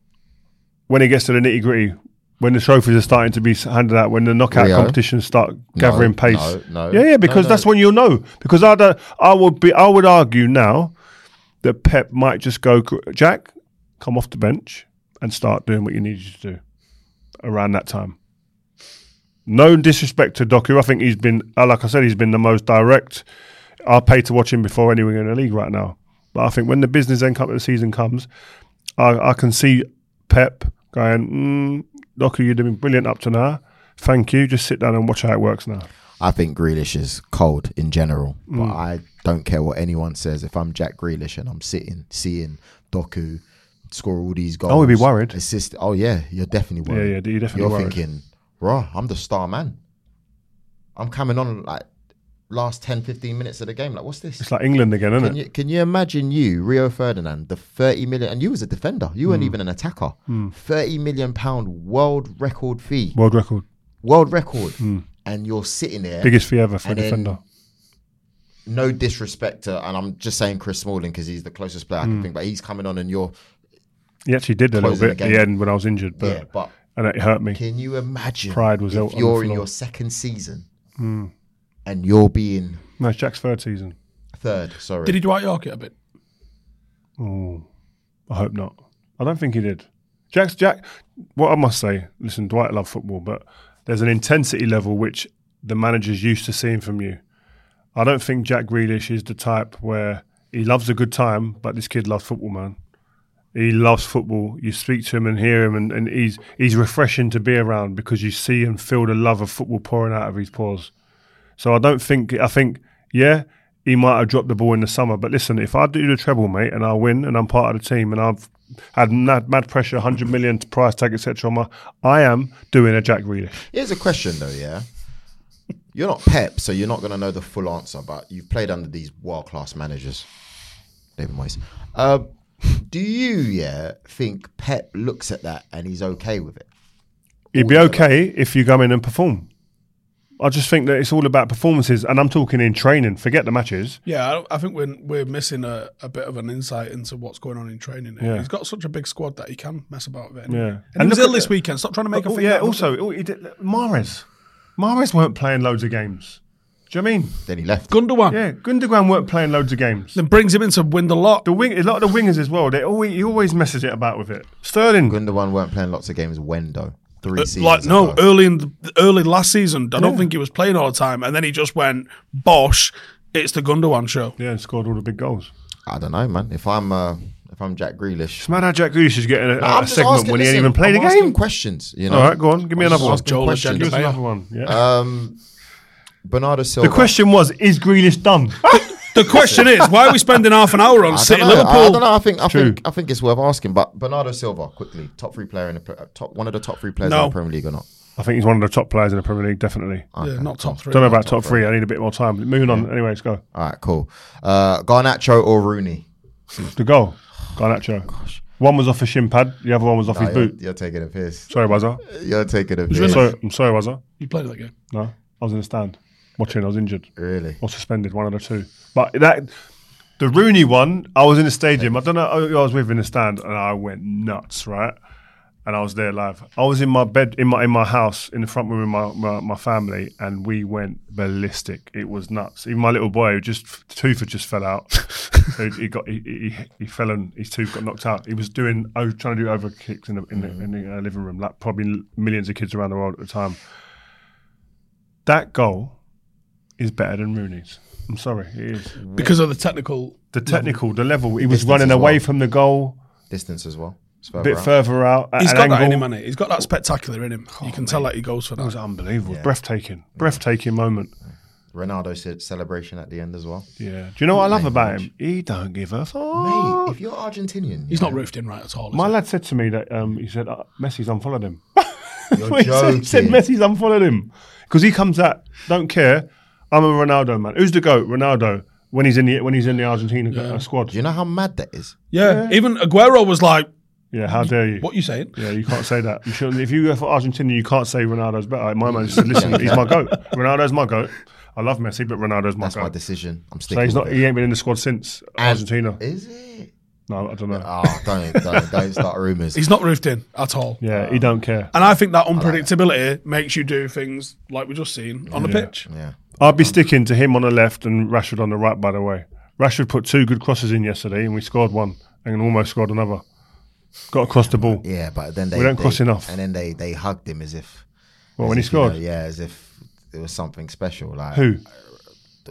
[SPEAKER 3] when it gets to the nitty gritty, when the trophies are starting to be handed out, when the knockout
[SPEAKER 2] Rio?
[SPEAKER 3] competitions start gathering pace.
[SPEAKER 2] no, no.
[SPEAKER 3] yeah, yeah,
[SPEAKER 2] No,
[SPEAKER 3] because
[SPEAKER 2] no.
[SPEAKER 3] that's when you'll know. Because I, don't- I would be, I would argue now that Pep might just go, Jack, come off the bench and start doing what you need you to do around that time. No disrespect to Doku. I think he's been, uh, like I said, he's been the most direct. I'll pay to watch him before anyone in the league right now. But I think when the business end cup of the season comes, I, I can see Pep going, mm, Doku, you've been brilliant up to now. Thank you. Just sit down and watch how it works now.
[SPEAKER 2] I think Grealish is cold in general,
[SPEAKER 3] Hmm.
[SPEAKER 2] but I don't care what anyone says. If I'm Jack Grealish and I'm sitting, seeing Doku score all these goals,
[SPEAKER 3] would be worried.
[SPEAKER 2] Assist. Oh yeah, you're definitely worried.
[SPEAKER 3] Yeah, yeah, you're definitely worried.
[SPEAKER 2] thinking, raw. I'm the star man. I'm coming on like last 10, 15 minutes of the game. Like, what's this?
[SPEAKER 3] It's like England again, isn't
[SPEAKER 2] Can
[SPEAKER 3] it?
[SPEAKER 2] you, can you imagine you, Rio Ferdinand, the 30 million, and you was a defender, you
[SPEAKER 3] Hmm.
[SPEAKER 2] weren't even an attacker, 30 million pound world record fee,
[SPEAKER 3] World record.
[SPEAKER 2] world record, and you're sitting there.
[SPEAKER 3] Hmm. Biggest fee ever for
[SPEAKER 2] And
[SPEAKER 3] a
[SPEAKER 2] then-
[SPEAKER 3] defender.
[SPEAKER 2] No disrespect to, and I'm just saying Chris Smalling because he's the closest player I
[SPEAKER 3] Hmm.
[SPEAKER 2] can think, but he's coming on and you're,
[SPEAKER 3] He actually did a little
[SPEAKER 2] Closing
[SPEAKER 3] bit
[SPEAKER 2] the
[SPEAKER 3] at the
[SPEAKER 2] game.
[SPEAKER 3] end when I was injured, but,
[SPEAKER 2] yeah, but
[SPEAKER 3] and it hurt me.
[SPEAKER 2] can you imagine
[SPEAKER 3] Pride was out on
[SPEAKER 2] if
[SPEAKER 3] the
[SPEAKER 2] you're in
[SPEAKER 3] floor. Hmm.
[SPEAKER 2] your second season and you're being
[SPEAKER 3] No, it's Jack's third season.
[SPEAKER 2] third? Sorry.
[SPEAKER 4] Did he Dwight York it a bit?
[SPEAKER 3] Oh, I hope not. I don't think he did. Jack's Jack. What I must say, listen, Dwight loved football, but there's an intensity level which the manager's used to seeing from you. I don't think Jack Grealish is the type where he loves a good time, but this kid loves football, man. He loves football. You speak to him and hear him, and, and he's he's refreshing to be around because you see and feel the love of football pouring out of his pores. So I don't think I think yeah he might have dropped the ball in the summer, but listen, if I do the treble, mate, and I win and I'm part of the team and I've had mad, mad pressure, hundred million price tag, etc. On my, I am doing a Jack Grealish.
[SPEAKER 2] Here's a question though, yeah. You're not Pep, so you're not going to know the full answer, but you've played under these world class managers, David Moyes. Um, do you, yeah, think Pep looks at that and he's okay with it?
[SPEAKER 3] It'd be okay if you come in and perform. I just think that it's all about performances, and I'm talking in training. Forget the matches.
[SPEAKER 4] Yeah, I, don't- I think we're, we're missing a, a bit of an insight into what's going on in training.
[SPEAKER 3] Yeah.
[SPEAKER 4] He's got such a big squad that he can mess about with it.
[SPEAKER 3] Yeah.
[SPEAKER 4] And,
[SPEAKER 3] And
[SPEAKER 4] he was
[SPEAKER 3] look
[SPEAKER 4] ill
[SPEAKER 3] at
[SPEAKER 4] this
[SPEAKER 3] the-
[SPEAKER 4] weekend. Stop trying to make a
[SPEAKER 3] Oh,
[SPEAKER 4] thing.
[SPEAKER 3] yeah.
[SPEAKER 4] out of it.
[SPEAKER 3] Also, oh, he did, Mahrez, Mahrez weren't playing loads of games. Do you know what I mean?
[SPEAKER 2] Then he left.
[SPEAKER 4] Gundogan
[SPEAKER 3] Yeah, Gundogan weren't playing loads of games.
[SPEAKER 4] then brings him in to win the lot.
[SPEAKER 3] The wing, a lot of the wingers as well. They always, he always messes it about with it. Sterling,
[SPEAKER 2] Gundogan weren't playing lots of games when, though? Three
[SPEAKER 4] Uh,
[SPEAKER 2] seasons.
[SPEAKER 4] like no,
[SPEAKER 2] ago.
[SPEAKER 4] early in the, early last season, I don't think he was playing all the time, and then he just went bosh. It's the Gundogan show.
[SPEAKER 3] yeah, and scored all the big goals.
[SPEAKER 2] I don't know, man. If I'm uh, if I'm Jack Grealish.
[SPEAKER 3] It's mad how Jack Grealish is getting a,
[SPEAKER 2] I'm
[SPEAKER 3] a
[SPEAKER 2] just
[SPEAKER 3] segment
[SPEAKER 2] asking-
[SPEAKER 3] when he ain't
[SPEAKER 2] listen,
[SPEAKER 3] even played
[SPEAKER 2] I'm
[SPEAKER 3] a
[SPEAKER 2] asking
[SPEAKER 3] game.
[SPEAKER 2] Questions, you know.
[SPEAKER 3] All right, go on. Give me
[SPEAKER 2] I'm
[SPEAKER 3] another
[SPEAKER 2] just
[SPEAKER 3] one.
[SPEAKER 2] asking
[SPEAKER 4] Joel
[SPEAKER 2] questions.
[SPEAKER 4] Agenda
[SPEAKER 3] Give us
[SPEAKER 4] Bayer.
[SPEAKER 3] another one. Yeah.
[SPEAKER 2] Um, Bernardo Silva.
[SPEAKER 3] the question was: Is Greenish done?
[SPEAKER 4] The question is, why are we spending half an hour on
[SPEAKER 2] I
[SPEAKER 4] City
[SPEAKER 2] don't know. I, I don't
[SPEAKER 4] Liverpool?
[SPEAKER 2] know. I think I
[SPEAKER 3] True.
[SPEAKER 2] think I think it's worth asking. But Bernardo Silva, quickly, top three player in the pre- uh, top one of the top three players
[SPEAKER 4] No.
[SPEAKER 2] in the Premier League or not?
[SPEAKER 3] I think he's one of the top players in the Premier League, definitely.
[SPEAKER 2] Uh,
[SPEAKER 4] Yeah, not top three.
[SPEAKER 3] Don't know about top three. I need a bit more time. But moving on. Anyway, let's go.
[SPEAKER 2] All right, cool. Uh, Garnacho or Rooney?
[SPEAKER 3] The goal, Garnacho. One was off his shin pad. The other one was off his
[SPEAKER 2] Oh, you're,
[SPEAKER 3] boot.
[SPEAKER 2] you're taking a piss.
[SPEAKER 3] Sorry, Wazza.
[SPEAKER 2] You're taking a
[SPEAKER 4] really-
[SPEAKER 2] piss.
[SPEAKER 3] Sorry, I'm sorry, Wazza.
[SPEAKER 4] You played that game.
[SPEAKER 3] No, I was in the stand watching. I was injured
[SPEAKER 2] Really?
[SPEAKER 3] or suspended, one of the two. But that the Rooney one, I was in the stadium. I don't know who I was with in the stand, and I went nuts, right? And I was there live. I was in my bed in my in my house in the front room with my, my, my family, and we went ballistic. It was nuts. Even my little boy, who just tooth had just fell out. so he got he, he, he fell and his tooth got knocked out. He was doing I was trying to do over kicks in the in the, in the uh, living room, like probably millions of kids around the world at the time. That goal is better than Rooney's. I'm sorry, it is.
[SPEAKER 4] Because of the technical.
[SPEAKER 3] The technical, the level. He was
[SPEAKER 2] Distance
[SPEAKER 3] running
[SPEAKER 2] as
[SPEAKER 3] away
[SPEAKER 2] well.
[SPEAKER 3] from the goal,
[SPEAKER 2] Distance as well. It's
[SPEAKER 3] a
[SPEAKER 2] further
[SPEAKER 3] bit
[SPEAKER 2] out.
[SPEAKER 3] further out. At
[SPEAKER 4] He's
[SPEAKER 3] an
[SPEAKER 4] got
[SPEAKER 3] angle. Oh,
[SPEAKER 4] that in him, hasn't he? He's got that spectacular in him. you can tell that he goes for
[SPEAKER 3] It was
[SPEAKER 4] that.
[SPEAKER 3] unbelievable. Breathtaking. Breathtaking moment.
[SPEAKER 2] Ronaldo said celebration at the end as well.
[SPEAKER 3] Yeah. Do you know what I love about him? He don't give a fuck.
[SPEAKER 2] Mate, if you're Argentinian,
[SPEAKER 4] He's not roofed in right at all. is
[SPEAKER 3] My
[SPEAKER 4] he?
[SPEAKER 3] lad said to me that um, he said uh, Messi's unfollowed him.
[SPEAKER 2] you're
[SPEAKER 3] he said,
[SPEAKER 2] joking.
[SPEAKER 3] he said Messi's unfollowed him because he comes at don't care. I'm a Ronaldo man. Who's the goat? Ronaldo when he's in the when he's in the Argentina uh, squad.
[SPEAKER 2] Do you know how mad that is?
[SPEAKER 4] yeah. Even Aguero was like,
[SPEAKER 3] Yeah. How dare you?
[SPEAKER 4] "What you saying?"
[SPEAKER 3] Yeah, you can't say that. You should, if you go for Argentina, you can't say Ronaldo's better. Like, My man said, listen, he's my goat. Ronaldo's my goat. I love Messi, but Ronaldo's my
[SPEAKER 2] That's my
[SPEAKER 3] goat.
[SPEAKER 2] decision. I'm
[SPEAKER 3] so
[SPEAKER 2] sticking.
[SPEAKER 3] he's not.
[SPEAKER 2] With it.
[SPEAKER 3] He ain't been in the squad since Argentina.
[SPEAKER 2] Is it?
[SPEAKER 3] No, I don't know.
[SPEAKER 2] Oh, don't don't, don't start rumors.
[SPEAKER 4] He's not roofed in at all.
[SPEAKER 3] yeah, he don't care.
[SPEAKER 4] And I think that unpredictability makes you do things like we just seen on the pitch.
[SPEAKER 2] yeah.
[SPEAKER 3] I'd be sticking to him on the left and Rashford on the right. By the way, Rashford put two good crosses in yesterday, and we scored one, and almost scored another. Got across the ball.
[SPEAKER 2] Yeah, but then they
[SPEAKER 3] don't
[SPEAKER 2] they-
[SPEAKER 3] cross enough.
[SPEAKER 2] And then they they hugged him as if.
[SPEAKER 3] Well,
[SPEAKER 2] as
[SPEAKER 3] when he
[SPEAKER 2] if, you know,
[SPEAKER 3] scored?
[SPEAKER 2] yeah, as if it was something special. Like
[SPEAKER 3] Who?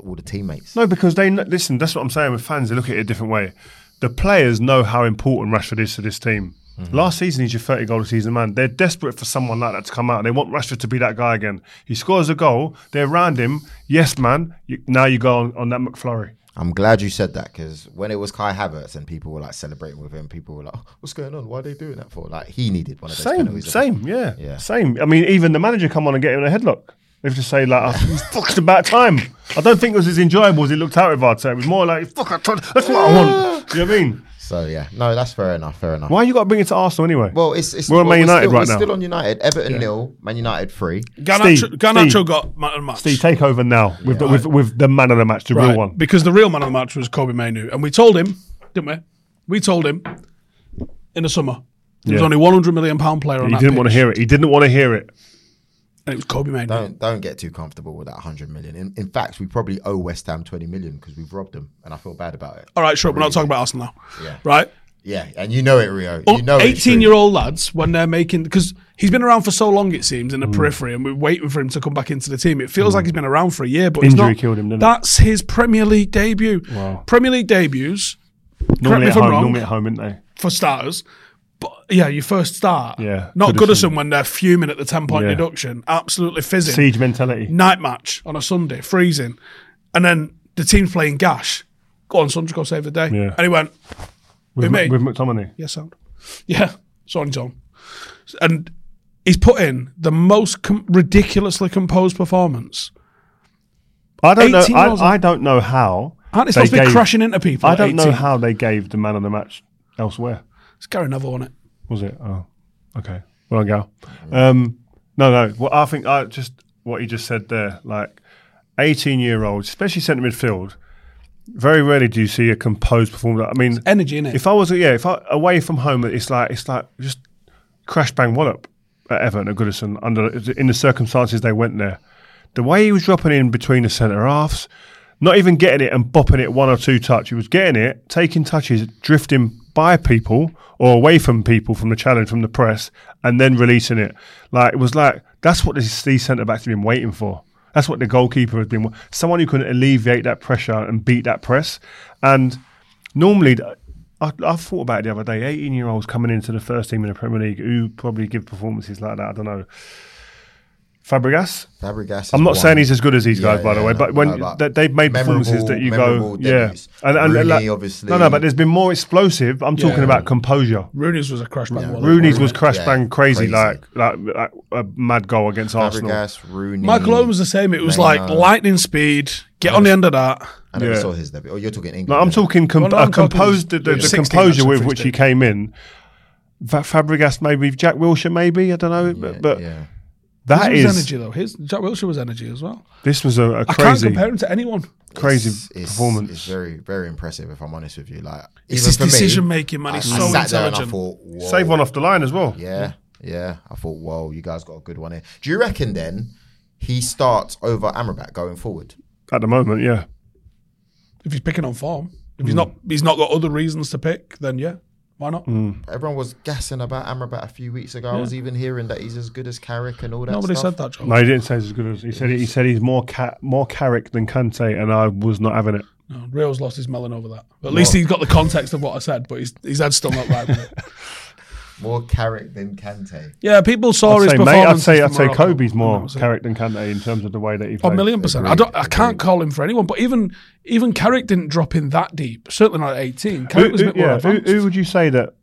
[SPEAKER 2] All the teammates.
[SPEAKER 3] No, because they kn- listen. That's what I'm saying. With fans, they look at it a different way. The players know how important Rashford is to this team.
[SPEAKER 2] Mm-hmm.
[SPEAKER 3] Last season, he's your 30 goal season man. They're desperate for someone like that to come out. They want Rashford to be that guy again. He scores a goal. They're around him. Yes, man. You, now you go on, on that McFlurry.
[SPEAKER 2] I'm glad you said that because when it was Kai Havertz and people were like celebrating with him, people were like, "Oh, "What's going on? Why are they doing that for?" Like he needed one of those
[SPEAKER 3] Same,
[SPEAKER 2] penalties.
[SPEAKER 3] same, yeah.
[SPEAKER 2] Yeah.
[SPEAKER 3] same. I mean, even the manager come on and get him in a headlock. They have to say like, oh, "Fuck's about time." I don't think it was as enjoyable as it looked out with Arteta. It was more like, "Fuck, I tried, that's what I want." you know what I mean?
[SPEAKER 2] So yeah, no, that's fair enough. Fair enough.
[SPEAKER 3] Why you got to bring it to Arsenal anyway?
[SPEAKER 2] Well, it's it's
[SPEAKER 3] We're on Man
[SPEAKER 2] still,
[SPEAKER 3] United
[SPEAKER 2] we're
[SPEAKER 3] right now.
[SPEAKER 2] Still on United. Everton nil, Man United three.
[SPEAKER 4] Garnacho,
[SPEAKER 3] Steve,
[SPEAKER 4] Garnacho
[SPEAKER 3] Steve.
[SPEAKER 4] got man of the match.
[SPEAKER 3] Steve, take over now with, the, with, with the man of the match, the
[SPEAKER 4] Right,
[SPEAKER 3] real one.
[SPEAKER 4] Because the real man of the match was Kobe Mainu. And we told him, didn't we? We told him in the summer. There was
[SPEAKER 3] Yeah.
[SPEAKER 4] only £100 million player on
[SPEAKER 3] He
[SPEAKER 4] that
[SPEAKER 3] didn't want to
[SPEAKER 4] pitch,
[SPEAKER 3] hear it. He didn't want to hear it.
[SPEAKER 4] And it was Kobe Mainu.
[SPEAKER 2] Don't don't get too comfortable with that hundred million. In, in fact, we probably owe West Ham twenty million because we've robbed them, and I feel bad about it.
[SPEAKER 4] All right, sure. We're not talking about Arsenal now.
[SPEAKER 2] Yeah.
[SPEAKER 4] Right?
[SPEAKER 2] Yeah, and you know it, Rio.
[SPEAKER 3] Oh,
[SPEAKER 2] You know it's true.
[SPEAKER 4] 18 year old Oh, lads, when they're making, because he's been around for so long, it seems, in
[SPEAKER 3] Mm.
[SPEAKER 4] the periphery, and we're waiting for him to come back into the team. It feels like he's been around for a year, but he's
[SPEAKER 3] Injury
[SPEAKER 4] not.
[SPEAKER 3] killed him, didn't it?
[SPEAKER 4] That's his Premier League debut. Premier League debuts,
[SPEAKER 3] Normally
[SPEAKER 4] me
[SPEAKER 3] at
[SPEAKER 4] if I'm
[SPEAKER 3] home,
[SPEAKER 4] wrong.
[SPEAKER 3] normally at home, isn't they?
[SPEAKER 4] for starters. But yeah, your first start.
[SPEAKER 3] Yeah,
[SPEAKER 4] Not
[SPEAKER 3] Goodison.
[SPEAKER 4] Goodison, when they're fuming at the 10 point
[SPEAKER 3] Yeah.
[SPEAKER 4] deduction. Absolutely fizzing.
[SPEAKER 3] Siege mentality.
[SPEAKER 4] night match on a Sunday, freezing, and then the team's playing Gash. Go on, son, just go save the day.
[SPEAKER 3] Yeah.
[SPEAKER 4] And he went,
[SPEAKER 3] With,
[SPEAKER 4] me.
[SPEAKER 3] with McTominay.
[SPEAKER 4] "Yes, sound, yeah, it's on his own." And he's put in the most com- ridiculously composed performance.
[SPEAKER 3] I don't know.
[SPEAKER 4] 18 years old.
[SPEAKER 3] I, I don't know how.
[SPEAKER 4] Aren't they
[SPEAKER 3] they
[SPEAKER 4] supposed to be
[SPEAKER 3] gave-
[SPEAKER 4] crashing into people?
[SPEAKER 3] I
[SPEAKER 4] at
[SPEAKER 3] don't know
[SPEAKER 4] 18?
[SPEAKER 3] how they gave the man of the match elsewhere.
[SPEAKER 4] It's Gary Neville on it.
[SPEAKER 3] Was it? Oh, okay. Well on, Gal. Um, no, no. Well, I think I just what he just said there, like eighteen-year-olds, especially centre midfield. Very rarely do you see a composed performance. I mean,
[SPEAKER 4] Energy in it.
[SPEAKER 3] If I was, yeah, if I away from home, it's like it's like just crash bang wallop at Everton at Goodison under in the circumstances they went there. The way he was dropping in between the centre halves, not even getting it and bopping it one or two touch. He was getting it, taking touches, drifting by people or away from people from the challenge from the press, and then releasing it. Like it was like that's what this, these centre backs have been waiting for. That's what the goalkeeper has been. wa- Someone who can alleviate that pressure and beat that press. And normally, th- I, I thought about it the other day. 18 year olds coming into the first team in the Premier League who probably give performances like that. I don't know. Fabregas.
[SPEAKER 2] Fabregas. is
[SPEAKER 3] I'm not
[SPEAKER 2] one.
[SPEAKER 3] saying he's as good as these
[SPEAKER 2] Yeah,
[SPEAKER 3] guys, by the
[SPEAKER 2] yeah,
[SPEAKER 3] way,
[SPEAKER 2] no,
[SPEAKER 3] but when
[SPEAKER 2] no, but
[SPEAKER 3] th- they've made performances that you go,
[SPEAKER 2] memorable
[SPEAKER 3] yeah,
[SPEAKER 2] debuts. Rooney, obviously.
[SPEAKER 3] no, no, but there's been more explosive. I'm talking about composure.
[SPEAKER 4] Rooney's was a crash bang. wall.
[SPEAKER 3] Rooney's was crash
[SPEAKER 2] Yeah,
[SPEAKER 3] bang crazy,
[SPEAKER 2] crazy.
[SPEAKER 3] Like, like like a mad goal against Arsenal.
[SPEAKER 2] Fabregas, Rooney.
[SPEAKER 4] Michael Owen was the same. It was like
[SPEAKER 2] Maino.
[SPEAKER 4] lightning speed. Get on the end of that.
[SPEAKER 2] I never
[SPEAKER 3] Yeah.
[SPEAKER 2] saw his debut. Oh, you're talking England.
[SPEAKER 3] Like, I'm
[SPEAKER 2] innit?
[SPEAKER 3] talking com-
[SPEAKER 4] Well, no,
[SPEAKER 3] a
[SPEAKER 4] I'm talking-
[SPEAKER 3] composed the, the,
[SPEAKER 4] Yeah,
[SPEAKER 3] the
[SPEAKER 4] 16,
[SPEAKER 3] composure
[SPEAKER 4] actually,
[SPEAKER 3] with which he
[SPEAKER 4] 16.
[SPEAKER 3] came in. Va- Fabregas maybe Jack Wilshire maybe I don't know, but, but
[SPEAKER 2] yeah.
[SPEAKER 3] that
[SPEAKER 4] His was
[SPEAKER 3] is
[SPEAKER 4] energy though. His Jack Wilshere was energy as well.
[SPEAKER 3] this was a, a
[SPEAKER 4] I can't
[SPEAKER 3] crazy
[SPEAKER 4] compare him to anyone.
[SPEAKER 3] crazy
[SPEAKER 2] It's- it's-
[SPEAKER 3] performance.
[SPEAKER 2] It's very, very impressive. If I'm honest with you, like
[SPEAKER 4] It's
[SPEAKER 2] even
[SPEAKER 4] his
[SPEAKER 2] for me,
[SPEAKER 4] decision making, man.
[SPEAKER 2] I,
[SPEAKER 4] He's
[SPEAKER 2] I
[SPEAKER 4] so
[SPEAKER 2] sat there and I
[SPEAKER 4] intelligent.
[SPEAKER 2] thought, Whoa.
[SPEAKER 3] Save one off the line as well.
[SPEAKER 2] Yeah, yeah. I thought, whoa, you guys got a good one here. Do you reckon then he starts over Amrabat going forward?
[SPEAKER 3] At the moment, yeah.
[SPEAKER 4] if he's picking on form, if he's not, he's not got other reasons to pick. Then yeah, why not?
[SPEAKER 2] Everyone was gassing about Amrabat a few weeks ago. I was even hearing that he's as good as Carrick and all that.
[SPEAKER 4] Nobody
[SPEAKER 2] stuff.
[SPEAKER 4] said that, John.
[SPEAKER 3] No, he didn't say it's as good as he said. He said he's more cat, more Carrick than Kante, and I was not having it.
[SPEAKER 4] No, Rio's lost his melon over that. But at least he's got the context of what I said. But his his head's still not right with it.
[SPEAKER 2] More Carrick than Kante.
[SPEAKER 4] Yeah, people saw
[SPEAKER 3] I'd
[SPEAKER 4] his
[SPEAKER 3] say,
[SPEAKER 4] performance.
[SPEAKER 3] mate, I'd say, I'd
[SPEAKER 4] from
[SPEAKER 3] say
[SPEAKER 4] Morocco.
[SPEAKER 3] Kobe's more
[SPEAKER 4] That was it.
[SPEAKER 3] Carrick than Kante in terms of the way that he
[SPEAKER 4] A
[SPEAKER 3] played.
[SPEAKER 4] Oh, million percent. I
[SPEAKER 2] Agreed,
[SPEAKER 4] don't. I can't call him for anyone. But even even Carrick didn't drop in that deep. Certainly not at eighteen.
[SPEAKER 3] Who,
[SPEAKER 4] Carrick was a
[SPEAKER 3] who-
[SPEAKER 4] bit more
[SPEAKER 3] yeah, who,
[SPEAKER 4] advanced.
[SPEAKER 3] who would you say that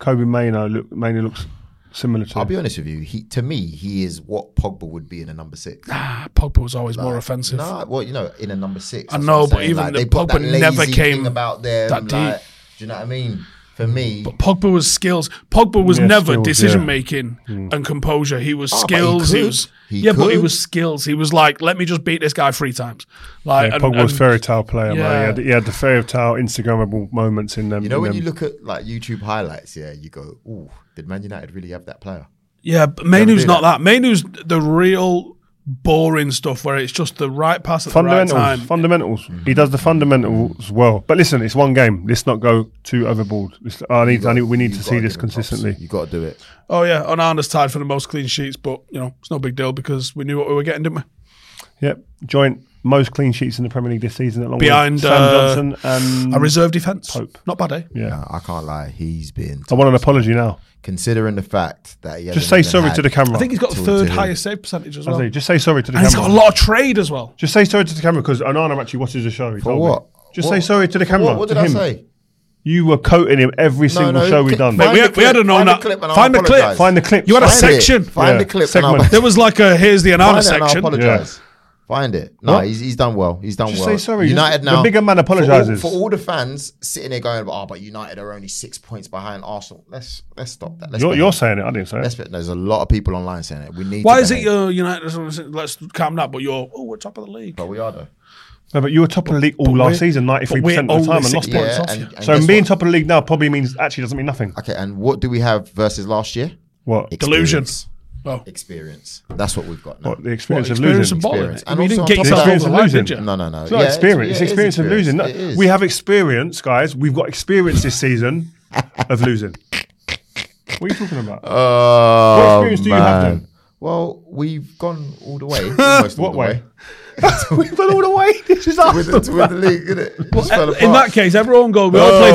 [SPEAKER 3] Kobe Maino look, Maino looks similar to?
[SPEAKER 2] I'll be honest with you. He, to me, he is what Pogba would be in a number six.
[SPEAKER 4] Ah, Pogba was always more offensive.
[SPEAKER 2] Nah, well, you know, in a number six.
[SPEAKER 4] I
[SPEAKER 2] that's what
[SPEAKER 4] know,
[SPEAKER 2] I'm
[SPEAKER 4] but
[SPEAKER 2] saying.
[SPEAKER 4] even
[SPEAKER 2] like,
[SPEAKER 4] the
[SPEAKER 2] they put that
[SPEAKER 4] Pogba never
[SPEAKER 2] lazy
[SPEAKER 4] came
[SPEAKER 2] thing about them.
[SPEAKER 4] that deep.
[SPEAKER 2] like, do you know what I mean? For me,
[SPEAKER 4] But Pogba was skills. Pogba was
[SPEAKER 3] Yeah, Hmm.
[SPEAKER 4] never
[SPEAKER 3] skills,
[SPEAKER 4] decision
[SPEAKER 3] yeah.
[SPEAKER 4] making and composure. He was
[SPEAKER 2] Oh, but he
[SPEAKER 4] skills. he,
[SPEAKER 2] could.
[SPEAKER 4] was
[SPEAKER 2] He
[SPEAKER 4] yeah, but he
[SPEAKER 2] could.
[SPEAKER 4] was skills. He was like, let me just beat this guy three times. Like
[SPEAKER 3] yeah,
[SPEAKER 4] and-
[SPEAKER 3] Pogba was
[SPEAKER 4] and-
[SPEAKER 3] fairy tale player. Man. He
[SPEAKER 4] Yeah.
[SPEAKER 3] had he had the fairy tale Instagrammable moments in them.
[SPEAKER 2] you know,
[SPEAKER 3] in
[SPEAKER 2] when
[SPEAKER 3] them.
[SPEAKER 2] you look at like YouTube highlights, yeah, you go, "Ooh, did Man United really have that player?"
[SPEAKER 4] Yeah, but
[SPEAKER 2] Never
[SPEAKER 4] Mainu's
[SPEAKER 2] do
[SPEAKER 4] not that. Mainu's the real boring stuff where it's just the right pass at the right
[SPEAKER 3] fundamentals,
[SPEAKER 4] time.
[SPEAKER 3] fundamentals.
[SPEAKER 2] Mm-hmm.
[SPEAKER 3] He does the fundamentals well. But listen, it's one game. Let's not go too overboard. Let's- I need, I need, we need to see this consistently.
[SPEAKER 2] You got to do it.
[SPEAKER 4] Oh yeah, Onana's tied for the most clean sheets, but you know it's no big deal because we knew what we were getting, didn't we?
[SPEAKER 3] Yep, joint most clean sheets in the Premier League this season, along
[SPEAKER 4] Behind,
[SPEAKER 3] with Sam
[SPEAKER 4] uh,
[SPEAKER 3] Johnson and
[SPEAKER 4] A reserve defence,
[SPEAKER 3] Mm. Pope.
[SPEAKER 4] not bad, eh?
[SPEAKER 3] yeah.
[SPEAKER 2] I can't lie, he's been
[SPEAKER 3] I want an apology now.
[SPEAKER 2] considering the fact that he
[SPEAKER 3] Just
[SPEAKER 2] hasn't
[SPEAKER 3] say
[SPEAKER 2] even
[SPEAKER 3] sorry
[SPEAKER 2] had-
[SPEAKER 3] to the camera.
[SPEAKER 4] I think he's got the
[SPEAKER 2] Two-
[SPEAKER 4] third
[SPEAKER 2] two.
[SPEAKER 4] highest save percentage as well,
[SPEAKER 3] Jose,
[SPEAKER 4] and
[SPEAKER 3] just say sorry to the
[SPEAKER 4] he's
[SPEAKER 3] camera.
[SPEAKER 4] got a lot of trade as well.
[SPEAKER 3] Just say sorry to the camera because Onana actually watches the show. He
[SPEAKER 2] For
[SPEAKER 3] told me.
[SPEAKER 2] what?
[SPEAKER 3] Just
[SPEAKER 2] What-
[SPEAKER 3] say sorry to the camera.
[SPEAKER 2] What, what did
[SPEAKER 3] to
[SPEAKER 2] I
[SPEAKER 3] him.
[SPEAKER 2] say?
[SPEAKER 3] You were coating him every single show we
[SPEAKER 2] cl-
[SPEAKER 3] done.
[SPEAKER 2] find
[SPEAKER 4] we
[SPEAKER 2] the
[SPEAKER 4] had- we
[SPEAKER 2] clip,
[SPEAKER 4] had an
[SPEAKER 2] find
[SPEAKER 4] honor-
[SPEAKER 2] the clip and I'll
[SPEAKER 4] find the clip,
[SPEAKER 2] apologise.
[SPEAKER 3] Find the clip.
[SPEAKER 4] You had a
[SPEAKER 2] Find it.
[SPEAKER 4] section.
[SPEAKER 2] Find
[SPEAKER 3] Yeah,
[SPEAKER 2] the clip.
[SPEAKER 3] segment.
[SPEAKER 2] And I'll,
[SPEAKER 4] There was like a here's the Anana
[SPEAKER 2] find it and I'll
[SPEAKER 4] section.
[SPEAKER 2] apologize. Find it. No, he's, he's done well. He's done
[SPEAKER 3] Just
[SPEAKER 2] well.
[SPEAKER 3] say sorry.
[SPEAKER 2] United
[SPEAKER 3] The
[SPEAKER 2] now.
[SPEAKER 3] bigger man
[SPEAKER 2] for all-
[SPEAKER 3] apologises.
[SPEAKER 2] For all, the fans sitting there going, "Oh, but United are only six points behind Arsenal." Let's let's stop that. Let's
[SPEAKER 3] You're,
[SPEAKER 2] behave.
[SPEAKER 3] you're saying it. I didn't say it.
[SPEAKER 2] Let's be- there's a lot of people online saying it. We need.
[SPEAKER 4] Why
[SPEAKER 2] to
[SPEAKER 4] is it
[SPEAKER 2] behave.
[SPEAKER 4] your United? Let's calm down. But you're oh, we're top of the league.
[SPEAKER 2] But we are though.
[SPEAKER 3] No, but you were top of the league all
[SPEAKER 4] we're-
[SPEAKER 3] last season,
[SPEAKER 4] but
[SPEAKER 3] 93% of
[SPEAKER 4] we're
[SPEAKER 3] the time,
[SPEAKER 4] only
[SPEAKER 3] and
[SPEAKER 4] six
[SPEAKER 3] lost
[SPEAKER 4] points
[SPEAKER 3] points.
[SPEAKER 4] off.
[SPEAKER 2] and,
[SPEAKER 4] yeah.
[SPEAKER 2] and
[SPEAKER 3] So
[SPEAKER 2] guess
[SPEAKER 3] being
[SPEAKER 2] what?
[SPEAKER 3] top of the league now probably means actually doesn't mean nothing.
[SPEAKER 2] Okay, and what do we have versus last year?
[SPEAKER 3] What?
[SPEAKER 4] Delusion.
[SPEAKER 2] Experience.
[SPEAKER 4] Oh,
[SPEAKER 2] Experience. That's what we've got now.
[SPEAKER 3] What? The experience
[SPEAKER 4] What,
[SPEAKER 3] of
[SPEAKER 4] experience
[SPEAKER 3] losing.
[SPEAKER 4] of bottling
[SPEAKER 2] Experience.
[SPEAKER 4] it.
[SPEAKER 2] And
[SPEAKER 4] you didn't
[SPEAKER 2] also
[SPEAKER 4] get
[SPEAKER 2] on
[SPEAKER 3] top
[SPEAKER 4] yourself
[SPEAKER 3] of that-
[SPEAKER 4] over the line,
[SPEAKER 3] Experience
[SPEAKER 4] did
[SPEAKER 3] of
[SPEAKER 4] you?
[SPEAKER 2] No, no, no.
[SPEAKER 3] It's not experience. It's experience of losing. No, we have experience, guys. We've got experience this season of losing. What are you talking about?
[SPEAKER 2] what
[SPEAKER 3] experience do you have then?
[SPEAKER 2] Oh, Well, we've gone all the way. Almost all
[SPEAKER 3] What
[SPEAKER 2] the
[SPEAKER 3] way? We've gone all the way. This is
[SPEAKER 2] with, the,
[SPEAKER 3] us.
[SPEAKER 2] with the league, innit? Just fell
[SPEAKER 4] In that
[SPEAKER 2] apart.
[SPEAKER 4] case, everyone go. We
[SPEAKER 3] Uh,
[SPEAKER 4] all play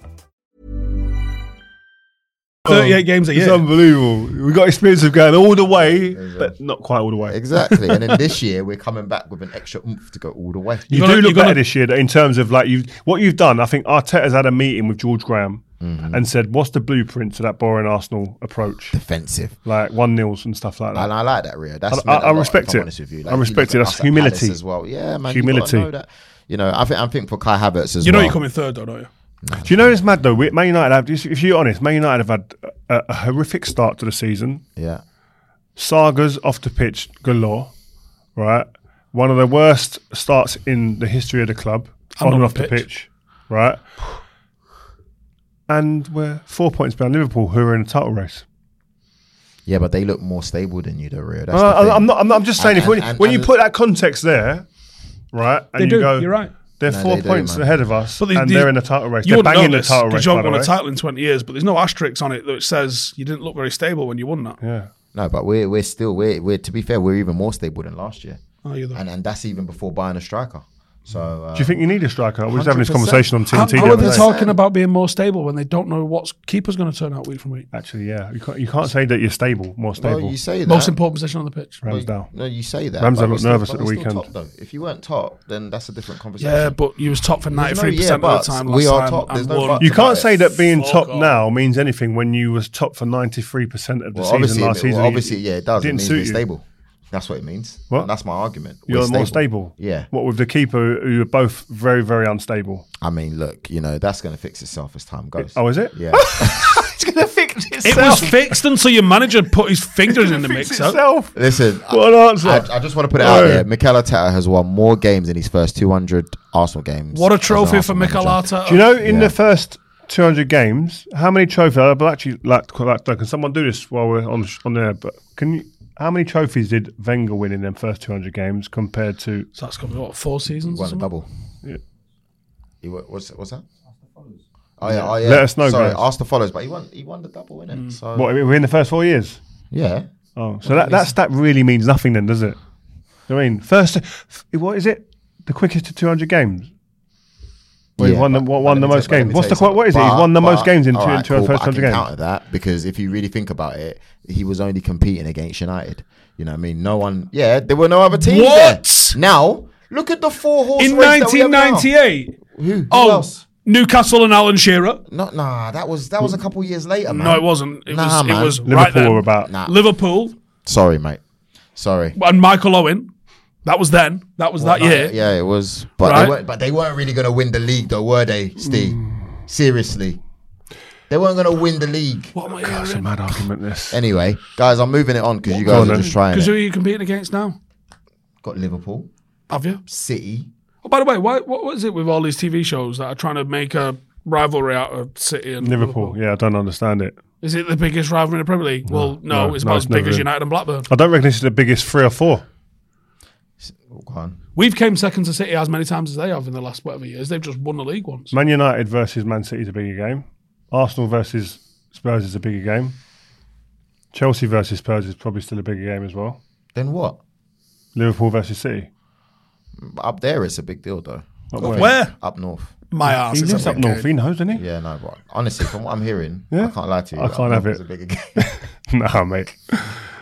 [SPEAKER 4] 38 games a
[SPEAKER 3] It's
[SPEAKER 4] year.
[SPEAKER 3] unbelievable. We got experience of going all the way, but not quite all the way.
[SPEAKER 2] Exactly. and then this year, we're coming back with an extra oomph to go all the way.
[SPEAKER 3] You
[SPEAKER 4] You're gonna-
[SPEAKER 3] do
[SPEAKER 4] you're
[SPEAKER 3] look
[SPEAKER 4] gonna-
[SPEAKER 3] better this year in terms of like you what you've done. I think Arteta's had a meeting with George Graham and said, "What's the blueprint to that boring Arsenal approach,
[SPEAKER 2] Defensive.
[SPEAKER 3] like one nils and stuff like that?"
[SPEAKER 2] And I like that, Rio. That's
[SPEAKER 3] I-
[SPEAKER 2] meant a
[SPEAKER 3] I
[SPEAKER 2] lot,
[SPEAKER 3] respect
[SPEAKER 2] if I'm
[SPEAKER 3] it.
[SPEAKER 2] honest with you.
[SPEAKER 3] I respect
[SPEAKER 2] even for
[SPEAKER 3] it. That's
[SPEAKER 2] us at Palace
[SPEAKER 3] humility.
[SPEAKER 2] as well. Yeah, man. you gotta
[SPEAKER 3] Humility.
[SPEAKER 2] know that. You know, I think I think for Kai Havertz as
[SPEAKER 4] You know
[SPEAKER 2] well.
[SPEAKER 4] you're coming third, though, don't you?
[SPEAKER 3] Do you know it's mad though? We- Man United have, if you're honest, Man United have had a, a horrific start to the season.
[SPEAKER 2] Yeah.
[SPEAKER 3] Sagas off the pitch galore, right? One of the worst starts in the history of the club on and off the pitch. right? And we're four points behind Liverpool, who are in a title race.
[SPEAKER 2] Yeah, but they look more stable than you, though, Rio. That's
[SPEAKER 3] Uh,
[SPEAKER 2] the thing.
[SPEAKER 3] I, am not. I'm, not- I'm just saying.
[SPEAKER 2] And-
[SPEAKER 3] if when,
[SPEAKER 2] and- and-
[SPEAKER 3] when you
[SPEAKER 2] and-
[SPEAKER 3] put that context there, right? And
[SPEAKER 4] They
[SPEAKER 3] you
[SPEAKER 4] do,
[SPEAKER 3] Go,
[SPEAKER 4] you're right.
[SPEAKER 3] They're
[SPEAKER 2] No,
[SPEAKER 3] four
[SPEAKER 2] they do,
[SPEAKER 3] points
[SPEAKER 2] man.
[SPEAKER 3] ahead of us,
[SPEAKER 4] But they-
[SPEAKER 3] and
[SPEAKER 4] they-
[SPEAKER 3] they're in the title race.
[SPEAKER 4] You
[SPEAKER 3] They're
[SPEAKER 4] wouldn't know
[SPEAKER 3] banging the
[SPEAKER 4] this
[SPEAKER 3] title race.
[SPEAKER 4] because you
[SPEAKER 3] by
[SPEAKER 4] haven't
[SPEAKER 3] the
[SPEAKER 4] won a
[SPEAKER 3] way.
[SPEAKER 4] title in 20 years, but there's no asterisk on it that says you didn't look very stable when you won that.
[SPEAKER 3] Yeah.
[SPEAKER 2] No, but we're we're still we're, we're to be fair, we're even more stable than last year,
[SPEAKER 4] Oh, you're the,
[SPEAKER 2] and and that's even before buying a striker. So uh,
[SPEAKER 3] Do you think you need a striker? We were just having this
[SPEAKER 2] 100%.
[SPEAKER 3] conversation on
[SPEAKER 4] how,
[SPEAKER 3] TNT. the
[SPEAKER 4] how are
[SPEAKER 3] other
[SPEAKER 4] they
[SPEAKER 3] day.
[SPEAKER 4] talking about being more stable when they don't know what's keeper's going to turn out week from week?
[SPEAKER 3] Actually, yeah, you can't, you can't say that you're stable, more
[SPEAKER 2] well,
[SPEAKER 3] stable.
[SPEAKER 2] you say that
[SPEAKER 4] Most important position on the pitch.
[SPEAKER 2] well, you-
[SPEAKER 3] Ramsdale.
[SPEAKER 2] No, you say that.
[SPEAKER 3] Ramsdale
[SPEAKER 2] but we're
[SPEAKER 3] looked
[SPEAKER 2] still-
[SPEAKER 3] nervous
[SPEAKER 2] but
[SPEAKER 3] at the
[SPEAKER 2] we're still Top,
[SPEAKER 3] weekend.
[SPEAKER 2] though. If you weren't top, then that's a different conversation.
[SPEAKER 4] Yeah, but you was top for 93%
[SPEAKER 2] yeah,
[SPEAKER 4] of the
[SPEAKER 2] but
[SPEAKER 4] time last
[SPEAKER 2] we are
[SPEAKER 4] time
[SPEAKER 2] top.
[SPEAKER 4] and
[SPEAKER 2] There's no
[SPEAKER 4] won.
[SPEAKER 2] but-
[SPEAKER 3] You can't
[SPEAKER 2] Right.
[SPEAKER 3] say that being
[SPEAKER 4] Fuck
[SPEAKER 3] top
[SPEAKER 4] off.
[SPEAKER 3] now means anything when you was top for ninety three percent of the
[SPEAKER 2] well,
[SPEAKER 3] season
[SPEAKER 2] obviously,
[SPEAKER 3] last
[SPEAKER 2] it,
[SPEAKER 3] season.
[SPEAKER 2] well, obviously, yeah, it does. It
[SPEAKER 3] Didn't
[SPEAKER 2] means
[SPEAKER 3] suit
[SPEAKER 2] we're
[SPEAKER 3] you.
[SPEAKER 2] stable. That's what it means.
[SPEAKER 3] What?
[SPEAKER 2] And that's my argument. We're
[SPEAKER 3] You're more stable.
[SPEAKER 2] Yeah.
[SPEAKER 3] What with the keeper, who are both very, very unstable.
[SPEAKER 2] I mean, look, you know, that's going to fix itself as time goes.
[SPEAKER 3] Oh, is it?
[SPEAKER 2] yeah.
[SPEAKER 4] It was fixed until your manager put his fingers in the
[SPEAKER 3] Fix
[SPEAKER 4] mixer.
[SPEAKER 3] itself.
[SPEAKER 2] Listen,
[SPEAKER 3] What an answer.
[SPEAKER 2] I, I just want to put it out
[SPEAKER 3] Oh.
[SPEAKER 2] there. Mikel Arteta has won more games in his first 200 Arsenal games.
[SPEAKER 4] What a
[SPEAKER 2] as an
[SPEAKER 4] trophy for
[SPEAKER 2] Arsenal
[SPEAKER 4] Mikel
[SPEAKER 2] manager.
[SPEAKER 4] Arteta.
[SPEAKER 3] Do you know in the first 200 games, how many trophies? I'd actually like to like, can someone do this while we're on on there? But can you? How many trophies did Wenger win in them first 200 games compared to?
[SPEAKER 4] So that's going to be, what, four
[SPEAKER 2] He
[SPEAKER 4] seasons? or
[SPEAKER 2] won a
[SPEAKER 4] something?
[SPEAKER 2] double.
[SPEAKER 3] Yeah.
[SPEAKER 2] He wa- what's, what's that? Oh yeah, oh yeah.
[SPEAKER 3] Let us know,
[SPEAKER 2] Sorry,
[SPEAKER 3] guys. Mm.
[SPEAKER 2] ask the follows, but he won. He won the double, innit? So
[SPEAKER 3] What we're in the first four years.
[SPEAKER 2] yeah,
[SPEAKER 3] Oh, so that, that stat really means nothing then, does it? You know what I mean, first, f- what is it? The quickest to 200 games. Well, he's
[SPEAKER 2] Yeah,
[SPEAKER 3] won the,
[SPEAKER 2] but-
[SPEAKER 3] won,
[SPEAKER 2] but
[SPEAKER 3] won
[SPEAKER 2] let
[SPEAKER 3] the
[SPEAKER 2] me
[SPEAKER 3] most
[SPEAKER 2] tell- but let
[SPEAKER 3] games.
[SPEAKER 2] me
[SPEAKER 3] What's the
[SPEAKER 2] tell you
[SPEAKER 3] quote? What is it? He's
[SPEAKER 2] something.
[SPEAKER 3] won the most
[SPEAKER 2] But-
[SPEAKER 3] games in
[SPEAKER 2] all
[SPEAKER 3] two
[SPEAKER 2] right,
[SPEAKER 3] in two
[SPEAKER 2] cool, but
[SPEAKER 3] first
[SPEAKER 2] I
[SPEAKER 3] 200
[SPEAKER 2] can
[SPEAKER 3] games.
[SPEAKER 2] counter that because if you really think about it, he was only competing against United. You know what I mean? No one. Yeah, there were no other teams.
[SPEAKER 4] What?
[SPEAKER 2] There. Now look at the four horse
[SPEAKER 4] In
[SPEAKER 2] race that we have now.
[SPEAKER 4] 1998?
[SPEAKER 2] Who? Who
[SPEAKER 4] Oh,
[SPEAKER 2] else?
[SPEAKER 4] Newcastle and Alan Shearer.
[SPEAKER 2] No, nah, that was that was a couple years later, man.
[SPEAKER 4] No, it wasn't. It
[SPEAKER 2] Nah,
[SPEAKER 4] was,
[SPEAKER 2] man.
[SPEAKER 4] it was right
[SPEAKER 3] Liverpool
[SPEAKER 4] then.
[SPEAKER 3] were about.
[SPEAKER 2] Nah.
[SPEAKER 4] Liverpool
[SPEAKER 2] Sorry, mate. Sorry.
[SPEAKER 4] and Michael Owen. That was then. That was that
[SPEAKER 2] Well,
[SPEAKER 4] year.
[SPEAKER 2] no, Yeah, it was. But
[SPEAKER 4] Right. Hmm.
[SPEAKER 2] they weren't, but they weren't really going to win the league, though, were they, Steve? Seriously, they weren't going to win the league.
[SPEAKER 4] What am I
[SPEAKER 3] That's a
[SPEAKER 4] hearing?
[SPEAKER 3] mad argument. This.
[SPEAKER 2] Anyway, guys, I'm moving it on because you
[SPEAKER 3] Go
[SPEAKER 2] guys
[SPEAKER 3] on
[SPEAKER 2] are
[SPEAKER 3] then.
[SPEAKER 2] just trying.
[SPEAKER 4] Because who are
[SPEAKER 2] It.
[SPEAKER 4] you competing against now?
[SPEAKER 2] Got Liverpool,
[SPEAKER 4] Have you?
[SPEAKER 2] City.
[SPEAKER 4] Oh, by the way, why, what was it with all these TV shows that are trying to make a rivalry out of City and Liverpool?
[SPEAKER 3] Liverpool. Yeah, I don't understand it.
[SPEAKER 4] Is it the biggest rivalry in the Premier League? well, no,
[SPEAKER 3] no,
[SPEAKER 4] it's
[SPEAKER 3] no,
[SPEAKER 4] about
[SPEAKER 3] it's
[SPEAKER 4] as big
[SPEAKER 3] never
[SPEAKER 4] as
[SPEAKER 3] been.
[SPEAKER 4] United and Blackburn.
[SPEAKER 3] I don't reckon this is the biggest three or four.
[SPEAKER 2] Oh, Go on.
[SPEAKER 4] We've came second to City as many times as they have in the last whatever years. They've just won the league once.
[SPEAKER 3] Man United versus Man City is a bigger game. Arsenal versus Spurs is a bigger game. Chelsea versus Spurs is probably still a bigger game as well.
[SPEAKER 2] Then what?
[SPEAKER 3] Liverpool versus City.
[SPEAKER 2] Up there, it's a big deal, though.
[SPEAKER 3] Not where?
[SPEAKER 2] Up north.
[SPEAKER 4] My ass.
[SPEAKER 3] He
[SPEAKER 4] it's a
[SPEAKER 3] lives up
[SPEAKER 4] big
[SPEAKER 3] north.
[SPEAKER 4] game.
[SPEAKER 3] He knows, doesn't he?
[SPEAKER 2] Yeah, no, but honestly, from what I'm hearing,
[SPEAKER 3] Yeah.
[SPEAKER 2] I can't lie to you.
[SPEAKER 3] I
[SPEAKER 2] up
[SPEAKER 3] can't
[SPEAKER 2] north
[SPEAKER 3] have
[SPEAKER 2] is
[SPEAKER 3] it.
[SPEAKER 2] a bigger game.
[SPEAKER 3] nah, mate.
[SPEAKER 2] That's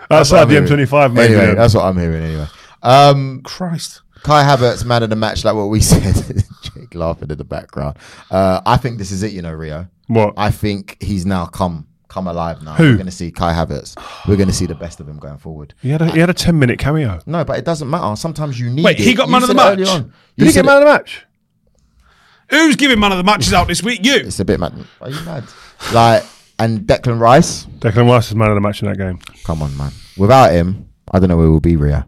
[SPEAKER 2] what
[SPEAKER 3] Outside
[SPEAKER 2] I'm
[SPEAKER 3] the
[SPEAKER 2] hearing.
[SPEAKER 3] M25, maybe.
[SPEAKER 2] Anyway,
[SPEAKER 3] then.
[SPEAKER 2] that's what I'm hearing. Anyway, um,
[SPEAKER 4] Christ.
[SPEAKER 2] Kai Havertz, man of the match, like what we said. Jake laughing in the background. Uh, I think this is it, you know, Rio.
[SPEAKER 3] What?
[SPEAKER 2] I think he's now come come alive. Now
[SPEAKER 3] Who?
[SPEAKER 2] we're going to see Kai Havertz. We're going to see the best of him going forward.
[SPEAKER 3] He had a, he had a 10 minute cameo.
[SPEAKER 2] No, but it doesn't matter. Sometimes you need.
[SPEAKER 4] Wait,
[SPEAKER 2] it.
[SPEAKER 4] he got
[SPEAKER 2] You
[SPEAKER 4] man of
[SPEAKER 2] said
[SPEAKER 4] the
[SPEAKER 2] it early
[SPEAKER 4] match?
[SPEAKER 2] on.
[SPEAKER 3] Did
[SPEAKER 2] You
[SPEAKER 3] he
[SPEAKER 2] said
[SPEAKER 3] get
[SPEAKER 2] it-
[SPEAKER 3] man of the match?
[SPEAKER 4] Who's giving man of the matches out this week? You.
[SPEAKER 2] It's a bit mad. Are you mad? like and Declan Rice.
[SPEAKER 3] Declan Rice is man of the match in that game.
[SPEAKER 2] Come on, man. Without him, I don't know where we'll be, Rio.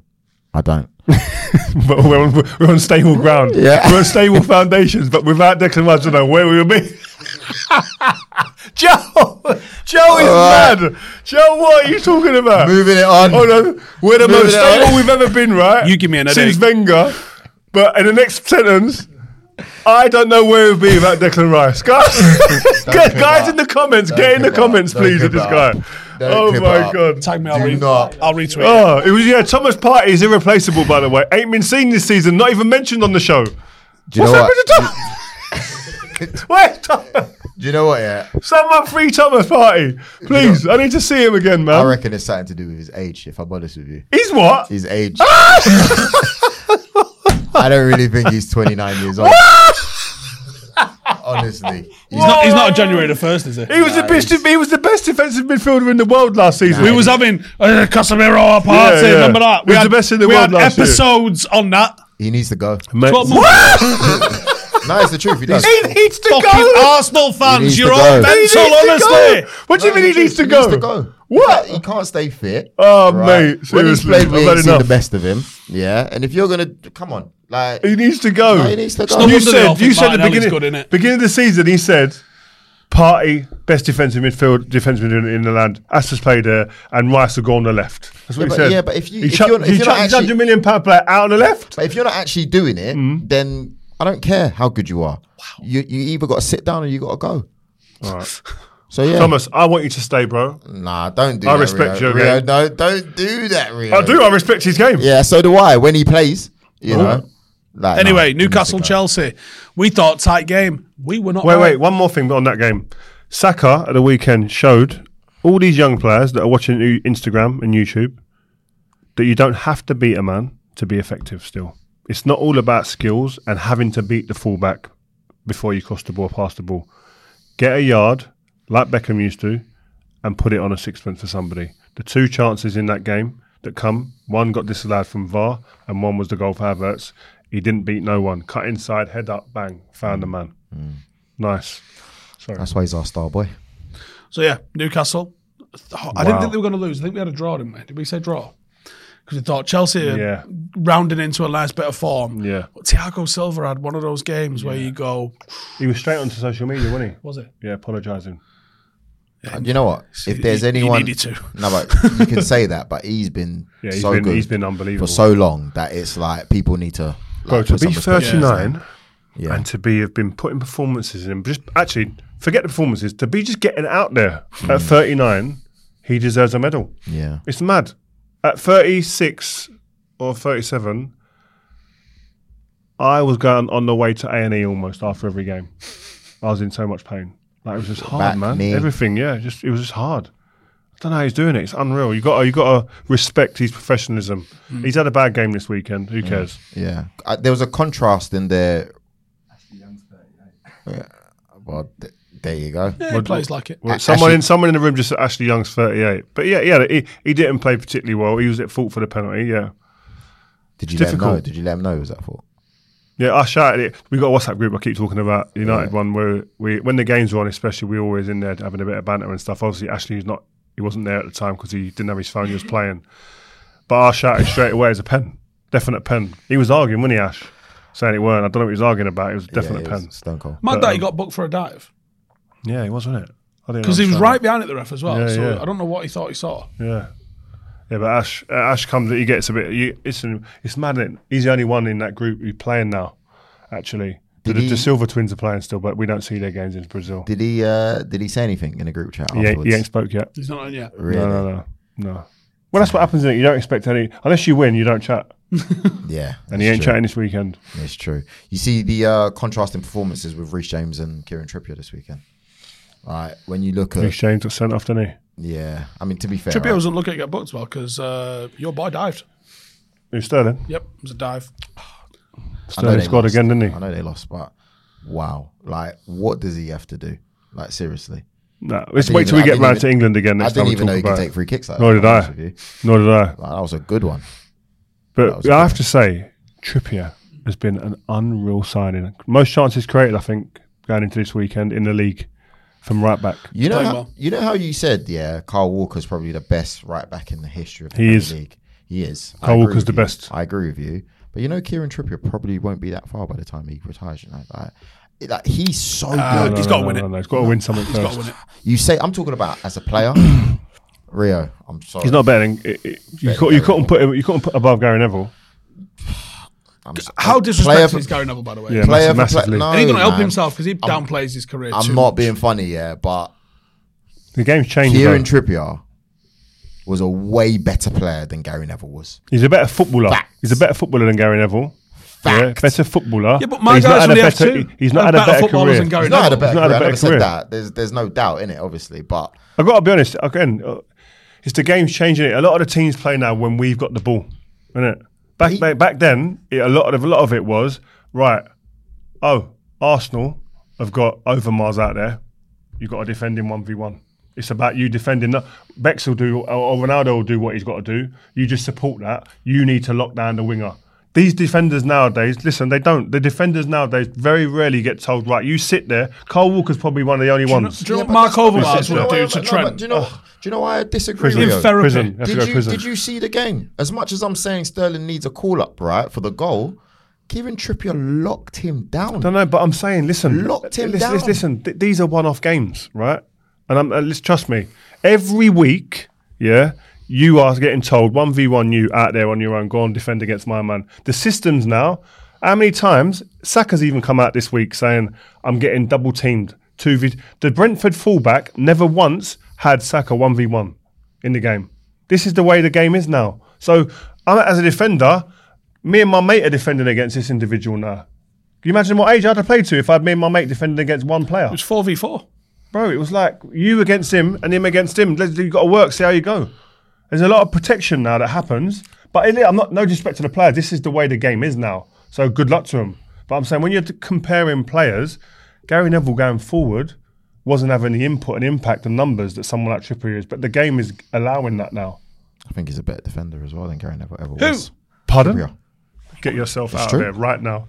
[SPEAKER 2] I don't.
[SPEAKER 3] but we're on, we're on stable ground.
[SPEAKER 2] Yeah.
[SPEAKER 3] We're on stable foundations, but without Declan Rice, I don't know where we would be. Joe! Joe is mad! Joe, what are you talking about?
[SPEAKER 2] Moving it on.
[SPEAKER 3] Hold on. Oh, We're the
[SPEAKER 2] Moving
[SPEAKER 3] most
[SPEAKER 2] it on.
[SPEAKER 3] stable we've ever been, right?
[SPEAKER 4] You give me e- an
[SPEAKER 3] Since Wenger. But in the next sentence, I don't know where we'd be without Declan Rice. Guys, guys, guys in the comments, get in the
[SPEAKER 2] pick up.
[SPEAKER 3] comments,
[SPEAKER 2] Don't
[SPEAKER 3] please,
[SPEAKER 2] pick
[SPEAKER 3] of this
[SPEAKER 2] up.
[SPEAKER 3] guy.
[SPEAKER 2] Don't
[SPEAKER 3] oh
[SPEAKER 2] pick
[SPEAKER 3] my
[SPEAKER 2] up.
[SPEAKER 3] god.
[SPEAKER 4] Tag me, I'll,
[SPEAKER 2] Do
[SPEAKER 4] re-
[SPEAKER 2] not.
[SPEAKER 4] I'll retweet. it.
[SPEAKER 3] Oh, it was yeah. Thomas Partey is irreplaceable, by the way. Ain't been seen this season. Not even mentioned on the show.
[SPEAKER 2] Do you
[SPEAKER 3] What's
[SPEAKER 2] know
[SPEAKER 3] happened
[SPEAKER 2] what?
[SPEAKER 3] to Thomas? Where's Thomas?
[SPEAKER 2] Do you know what? Yeah,
[SPEAKER 3] Send my free Thomas party, please. I need to see him again, man.
[SPEAKER 2] I reckon it's something to do with his age. If I'm honest with you,
[SPEAKER 3] He's what?
[SPEAKER 2] his age. I don't really think he's 29 years old. Honestly, he's
[SPEAKER 4] He's not, he's not a January the 1st, is he?
[SPEAKER 3] He was the best. He was the best defensive midfielder in the world last season.
[SPEAKER 4] We was having a Casemiro party,
[SPEAKER 3] Yeah, yeah.
[SPEAKER 4] remember that?
[SPEAKER 3] He was the best in the
[SPEAKER 4] we
[SPEAKER 3] world
[SPEAKER 4] had
[SPEAKER 3] last year.
[SPEAKER 4] episodes on that.
[SPEAKER 2] He needs to go.
[SPEAKER 3] Mate,
[SPEAKER 4] What?
[SPEAKER 2] No, it's the truth. He does.
[SPEAKER 3] he needs to
[SPEAKER 4] Fucking
[SPEAKER 3] go.
[SPEAKER 4] Arsenal
[SPEAKER 2] He
[SPEAKER 4] fans,
[SPEAKER 2] needs
[SPEAKER 4] you're
[SPEAKER 2] to
[SPEAKER 4] all
[SPEAKER 2] go. He
[SPEAKER 3] He
[SPEAKER 4] mental,
[SPEAKER 3] needs to
[SPEAKER 4] honestly.
[SPEAKER 3] go. What do you
[SPEAKER 2] No,
[SPEAKER 3] mean he needs to go?
[SPEAKER 2] Needs to go.
[SPEAKER 3] What?
[SPEAKER 2] He can't stay fit.
[SPEAKER 3] Oh, mate,
[SPEAKER 2] when he's
[SPEAKER 3] seriously,
[SPEAKER 2] played,
[SPEAKER 3] I've
[SPEAKER 2] we
[SPEAKER 3] had
[SPEAKER 2] ain't seen
[SPEAKER 3] enough.
[SPEAKER 2] the best of him. Yeah, and if you're gonna come on, like
[SPEAKER 3] He needs to go.
[SPEAKER 2] No, he needs to go.
[SPEAKER 3] You
[SPEAKER 4] Under the
[SPEAKER 3] said
[SPEAKER 4] offense,
[SPEAKER 3] you said at the
[SPEAKER 4] Martinelli's
[SPEAKER 3] beginning,
[SPEAKER 4] good, innit?
[SPEAKER 3] beginning of the season. He said, "Party best defensive midfield defenseman in, in the land. Asta's played there, and Rice will go on the left." That's what
[SPEAKER 2] Yeah,
[SPEAKER 3] he
[SPEAKER 2] but-
[SPEAKER 3] said.
[SPEAKER 2] yeah, but if you-
[SPEAKER 3] he
[SPEAKER 2] if
[SPEAKER 3] chucked-
[SPEAKER 2] you're- if
[SPEAKER 3] he
[SPEAKER 2] you're
[SPEAKER 3] chucked
[SPEAKER 2] not
[SPEAKER 3] his
[SPEAKER 2] actually-
[SPEAKER 3] hundred million pound player out on the left.
[SPEAKER 2] But if you're not actually doing it,
[SPEAKER 3] Mm.
[SPEAKER 2] then I don't care how good you are. You you either got to sit down or you got to go. So yeah,
[SPEAKER 3] Thomas, I want you to stay, bro.
[SPEAKER 2] nah, don't do.
[SPEAKER 3] I
[SPEAKER 2] that,
[SPEAKER 3] respect
[SPEAKER 2] Rio.
[SPEAKER 3] your
[SPEAKER 2] Rio,
[SPEAKER 3] game.
[SPEAKER 2] No, don't do that, Rio.
[SPEAKER 3] I do. I respect his game.
[SPEAKER 2] Yeah, so do I. When he plays, you know. Like, nah,
[SPEAKER 4] Anyway,
[SPEAKER 2] he needs
[SPEAKER 4] Newcastle,
[SPEAKER 2] to go.
[SPEAKER 4] Chelsea. We thought tight game. We were not.
[SPEAKER 3] Wait,
[SPEAKER 4] right.
[SPEAKER 3] wait. One more thing on that game. Saka at the weekend showed all these young players that are watching you- Instagram and YouTube that you don't have to beat a man to be effective. Still, it's not all about skills and having to beat the fullback before you cross the ball, pass the ball. Get a yard like Beckham used to, and put it on a sixpence for somebody. The two chances in that game that come, one got disallowed from VAR, and one was the goal for Havertz. He didn't beat no one. Cut inside, head up, bang, found the man. Nice.
[SPEAKER 2] That's why he's our star boy.
[SPEAKER 4] So yeah, Newcastle. I didn't
[SPEAKER 3] Wow.
[SPEAKER 4] think they were going to lose. I think we had a draw, didn't we? Did we say draw? Because we thought Chelsea had
[SPEAKER 3] Yeah.
[SPEAKER 4] rounded into a nice bit of form.
[SPEAKER 3] Yeah.
[SPEAKER 4] But Thiago Silva had one of those games where you go,
[SPEAKER 3] He was straight onto social media, wasn't
[SPEAKER 4] was it?
[SPEAKER 3] he? Yeah, apologising.
[SPEAKER 2] And you know what? If there's
[SPEAKER 4] he- he
[SPEAKER 2] anyone,
[SPEAKER 4] needed to.
[SPEAKER 2] no, but you can say that. But he's been
[SPEAKER 3] Yeah, he's
[SPEAKER 2] so
[SPEAKER 3] been-
[SPEAKER 2] good.
[SPEAKER 3] he's been unbelievable.
[SPEAKER 2] for so long that it's like people need to. Like,
[SPEAKER 3] Bro, to
[SPEAKER 2] put some
[SPEAKER 3] be
[SPEAKER 2] respect on his
[SPEAKER 3] 39
[SPEAKER 2] name. Yeah.
[SPEAKER 3] and to be have been putting performances in, just actually forget the performances, to be just getting out there
[SPEAKER 2] Mm.
[SPEAKER 3] at 39, he deserves a medal.
[SPEAKER 2] yeah,
[SPEAKER 3] It's mad. At 36 or 37, I was going on the way to A&E almost after every game. I was in so much pain. Like it was just hard,
[SPEAKER 2] Back
[SPEAKER 3] man.
[SPEAKER 2] knee.
[SPEAKER 3] Everything, yeah, just it was just hard. I don't know how he's doing it. It's unreal. You got you got to respect his professionalism. He's had a bad game this weekend. Who cares?
[SPEAKER 2] yeah. I, there was a contrast in their. Yeah, well, th- there you go.
[SPEAKER 4] Yeah, he plays like it.
[SPEAKER 3] Well,
[SPEAKER 2] A-
[SPEAKER 3] someone
[SPEAKER 2] Ashley-
[SPEAKER 3] in someone in the room just said Ashley Young's 38. But yeah, yeah, he, he didn't play particularly well. He was at fault for the penalty. Yeah,
[SPEAKER 2] Did you let him
[SPEAKER 3] It's
[SPEAKER 2] know?
[SPEAKER 3] difficult.
[SPEAKER 2] Did you let him know it was that fault?
[SPEAKER 3] Yeah, I shouted it. We got a WhatsApp group I keep talking about United one where we when the games were on, especially we were always in there having a bit of banter and stuff. Obviously, Ashley was not he wasn't there at the time because he didn't have his phone. He was playing, but I shouted straight away as a pen, definite pen. He was arguing, wasn't he, Ash? Saying it weren't. I don't know what he was arguing about. It was a definite
[SPEAKER 2] yeah, it was
[SPEAKER 3] pen.
[SPEAKER 2] Stone Cold.
[SPEAKER 4] Mad that he got booked for a dive
[SPEAKER 3] um, Yeah, he was, wasn't it? I didn't
[SPEAKER 4] because he was
[SPEAKER 3] understand
[SPEAKER 4] right behind it the ref as well.
[SPEAKER 3] Yeah,
[SPEAKER 4] so
[SPEAKER 3] yeah.
[SPEAKER 4] I don't know what he thought he saw.
[SPEAKER 3] that. Yeah. Yeah, but Ash, uh, Ash comes. He gets a bit. You, it's it's mad. Isn't it? He's the only one in that group who's playing now. Actually, the,
[SPEAKER 2] Did
[SPEAKER 3] the,
[SPEAKER 2] he-
[SPEAKER 3] the Silver Twins are playing still, but we don't see their games in Brazil.
[SPEAKER 2] Did he? Uh, did he say anything in a group chat?
[SPEAKER 3] He ain't,
[SPEAKER 2] afterwards?
[SPEAKER 3] he ain't spoke yet.
[SPEAKER 4] He's not in yet.
[SPEAKER 2] Really?
[SPEAKER 3] No, no, no, no. Well, that's what happens. Isn't it? You don't expect any unless you win. You don't chat,
[SPEAKER 2] Yeah,
[SPEAKER 3] and he
[SPEAKER 2] it's
[SPEAKER 3] ain't
[SPEAKER 2] true.
[SPEAKER 3] chatting this weekend.
[SPEAKER 2] It's true. You see the uh, contrasting performances with Reece James and Kieran Trippier this weekend. Right, when you look at
[SPEAKER 3] Reece James got sent off, didn't he?
[SPEAKER 2] yeah, I mean to be fair,
[SPEAKER 4] Trippier
[SPEAKER 2] right,
[SPEAKER 4] wasn't looking to get booked as well because uh, your boy dived.
[SPEAKER 3] Who's Sterling?
[SPEAKER 4] Yep, it was a dive.
[SPEAKER 2] I know
[SPEAKER 3] Sterling
[SPEAKER 2] they
[SPEAKER 3] scored
[SPEAKER 2] lost.
[SPEAKER 3] again, didn't he?
[SPEAKER 2] I know they lost, but wow, like what does he have to do? Like seriously,
[SPEAKER 3] No, let's
[SPEAKER 2] didn't
[SPEAKER 3] wait
[SPEAKER 2] even-
[SPEAKER 3] till we
[SPEAKER 2] I
[SPEAKER 3] get
[SPEAKER 2] didn't
[SPEAKER 3] round
[SPEAKER 2] even-
[SPEAKER 3] to England again
[SPEAKER 2] I
[SPEAKER 3] next time
[SPEAKER 2] didn't
[SPEAKER 3] we
[SPEAKER 2] even know
[SPEAKER 3] talk
[SPEAKER 2] you could
[SPEAKER 3] about
[SPEAKER 2] take
[SPEAKER 3] it.
[SPEAKER 2] free kicks. Like that,
[SPEAKER 3] Nor did
[SPEAKER 2] to be honest
[SPEAKER 3] I.
[SPEAKER 2] with you.
[SPEAKER 3] Nor did I.
[SPEAKER 2] Like, that was a good one.
[SPEAKER 3] But
[SPEAKER 2] was
[SPEAKER 3] I have to say, Trippier has been an unreal signing. Most chances created, I think, going into this weekend in the league from right back.
[SPEAKER 2] You know,
[SPEAKER 4] Playing
[SPEAKER 2] how,
[SPEAKER 4] well.
[SPEAKER 2] you know how you said, yeah, Carl Walker's probably the best right back in the history of the
[SPEAKER 3] He
[SPEAKER 2] Premier
[SPEAKER 3] is.
[SPEAKER 2] League. He is. I
[SPEAKER 3] Kyle
[SPEAKER 2] agree
[SPEAKER 3] Walker's
[SPEAKER 2] with
[SPEAKER 3] the
[SPEAKER 2] you.
[SPEAKER 3] best.
[SPEAKER 2] I agree with you. But you know, Kieran Trippier probably won't be that far by the time he retires. You know, like, it- like, he's so
[SPEAKER 4] Uh,
[SPEAKER 2] good.
[SPEAKER 4] he's
[SPEAKER 3] No,
[SPEAKER 4] got to
[SPEAKER 3] no,
[SPEAKER 4] win
[SPEAKER 3] no,
[SPEAKER 4] it.
[SPEAKER 3] no, He's got to win something
[SPEAKER 4] He's got
[SPEAKER 3] first.
[SPEAKER 4] to win it.
[SPEAKER 2] You say I'm talking about as a player, Rio. I'm sorry.
[SPEAKER 3] He's not better than it, it- you, cou- you couldn't put him. You couldn't put above Gary Neville.
[SPEAKER 2] I'm s-
[SPEAKER 4] How
[SPEAKER 2] player
[SPEAKER 4] disrespectful
[SPEAKER 2] for-
[SPEAKER 4] is Gary Neville, by the way.
[SPEAKER 3] Yeah,
[SPEAKER 2] player for
[SPEAKER 3] massively.
[SPEAKER 2] Play, no,
[SPEAKER 4] and he's going to help
[SPEAKER 2] man.
[SPEAKER 4] himself because he downplays his career. too
[SPEAKER 2] I'm
[SPEAKER 4] much.
[SPEAKER 2] not being funny, yeah, but
[SPEAKER 3] The game's changed.
[SPEAKER 2] Kieran
[SPEAKER 3] though.
[SPEAKER 2] Trippier was a way better player than Gary Neville was.
[SPEAKER 3] He's a better footballer.
[SPEAKER 2] Facts.
[SPEAKER 3] He's a better footballer than Gary Neville.
[SPEAKER 2] fact.
[SPEAKER 3] better footballer.
[SPEAKER 4] Yeah, but my
[SPEAKER 3] he's not
[SPEAKER 4] guys
[SPEAKER 3] had a
[SPEAKER 4] really have
[SPEAKER 3] better-
[SPEAKER 4] too.
[SPEAKER 3] he- He's not
[SPEAKER 4] They're
[SPEAKER 3] had a
[SPEAKER 4] better
[SPEAKER 3] better
[SPEAKER 4] footballers
[SPEAKER 3] career.
[SPEAKER 4] than Gary
[SPEAKER 2] He's not had a better
[SPEAKER 3] Oh, He's not
[SPEAKER 2] career.
[SPEAKER 3] had a
[SPEAKER 2] I never
[SPEAKER 3] better
[SPEAKER 2] said
[SPEAKER 3] career.
[SPEAKER 2] that. There's there's no doubt in it, obviously. But
[SPEAKER 3] I've got to be honest. Again, uh, it's the game's changing it. A lot of the teams play now when we've got the ball, isn't it? Back back, back then, it, a lot of a lot of it was right. Oh, Arsenal have got Overmars out there. You've got to defend him one v one. It's about you defending. that. Bex will do, or or Ronaldo will do what he's got to do. You just support that. You need to lock down the winger. These defenders nowadays, listen, they don't. The defenders nowadays very rarely get told, right, you sit there. Carl Walker's probably one of the only
[SPEAKER 4] Do you know-
[SPEAKER 3] ones.
[SPEAKER 4] do you know what
[SPEAKER 2] Yeah,
[SPEAKER 4] Mark
[SPEAKER 2] but that's-
[SPEAKER 4] Overmars
[SPEAKER 2] do you know
[SPEAKER 4] would
[SPEAKER 2] why-
[SPEAKER 4] do to
[SPEAKER 2] no, but
[SPEAKER 4] Trent?
[SPEAKER 2] Do you know? Do you know why I disagree?
[SPEAKER 3] Prison.
[SPEAKER 2] With
[SPEAKER 4] In
[SPEAKER 2] you?
[SPEAKER 4] therapy.
[SPEAKER 3] Prison. You have to go
[SPEAKER 2] Did
[SPEAKER 3] to
[SPEAKER 2] you,
[SPEAKER 3] prison.
[SPEAKER 2] did you see the game? As much as I'm saying Sterling needs a call up, right, for the goal, Kieran Trippier locked him down.
[SPEAKER 3] No, no, but I'm saying, listen,
[SPEAKER 2] Locked him
[SPEAKER 3] listen,
[SPEAKER 2] down.
[SPEAKER 3] Listen, listen, th- these are one-off games, right? And I'm, uh, let's trust me. Every week, yeah, you are getting told one v one you out there on your own. Go on, defend against my man. The systems now. How many times Saka's even come out this week saying I'm getting double teamed? Two v. The Brentford fullback never once had Saka one v one in the game. This is the way the game is now. So, I'm as a defender, me and my mate are defending against this individual now. Can you imagine what age I'd have played to if I'd me and my mate defending against one player?
[SPEAKER 4] It was four v four.
[SPEAKER 3] Bro, it was like you against him and him against him. Let's- You've got to work, see how you go. There's a lot of protection now that happens. But in it, I'm not, no disrespect to the players. This is the way the game is now. So good luck to them. But I'm saying when you're t- comparing players, Gary Neville going forward wasn't having the input and impact and numbers that someone like Trippier is. But the game is allowing that now.
[SPEAKER 2] I think he's a better defender as well than Gary Neville ever
[SPEAKER 4] Who?
[SPEAKER 2] was.
[SPEAKER 3] Pardon?
[SPEAKER 2] Trippier.
[SPEAKER 3] Get yourself out
[SPEAKER 2] true.
[SPEAKER 3] of there right now.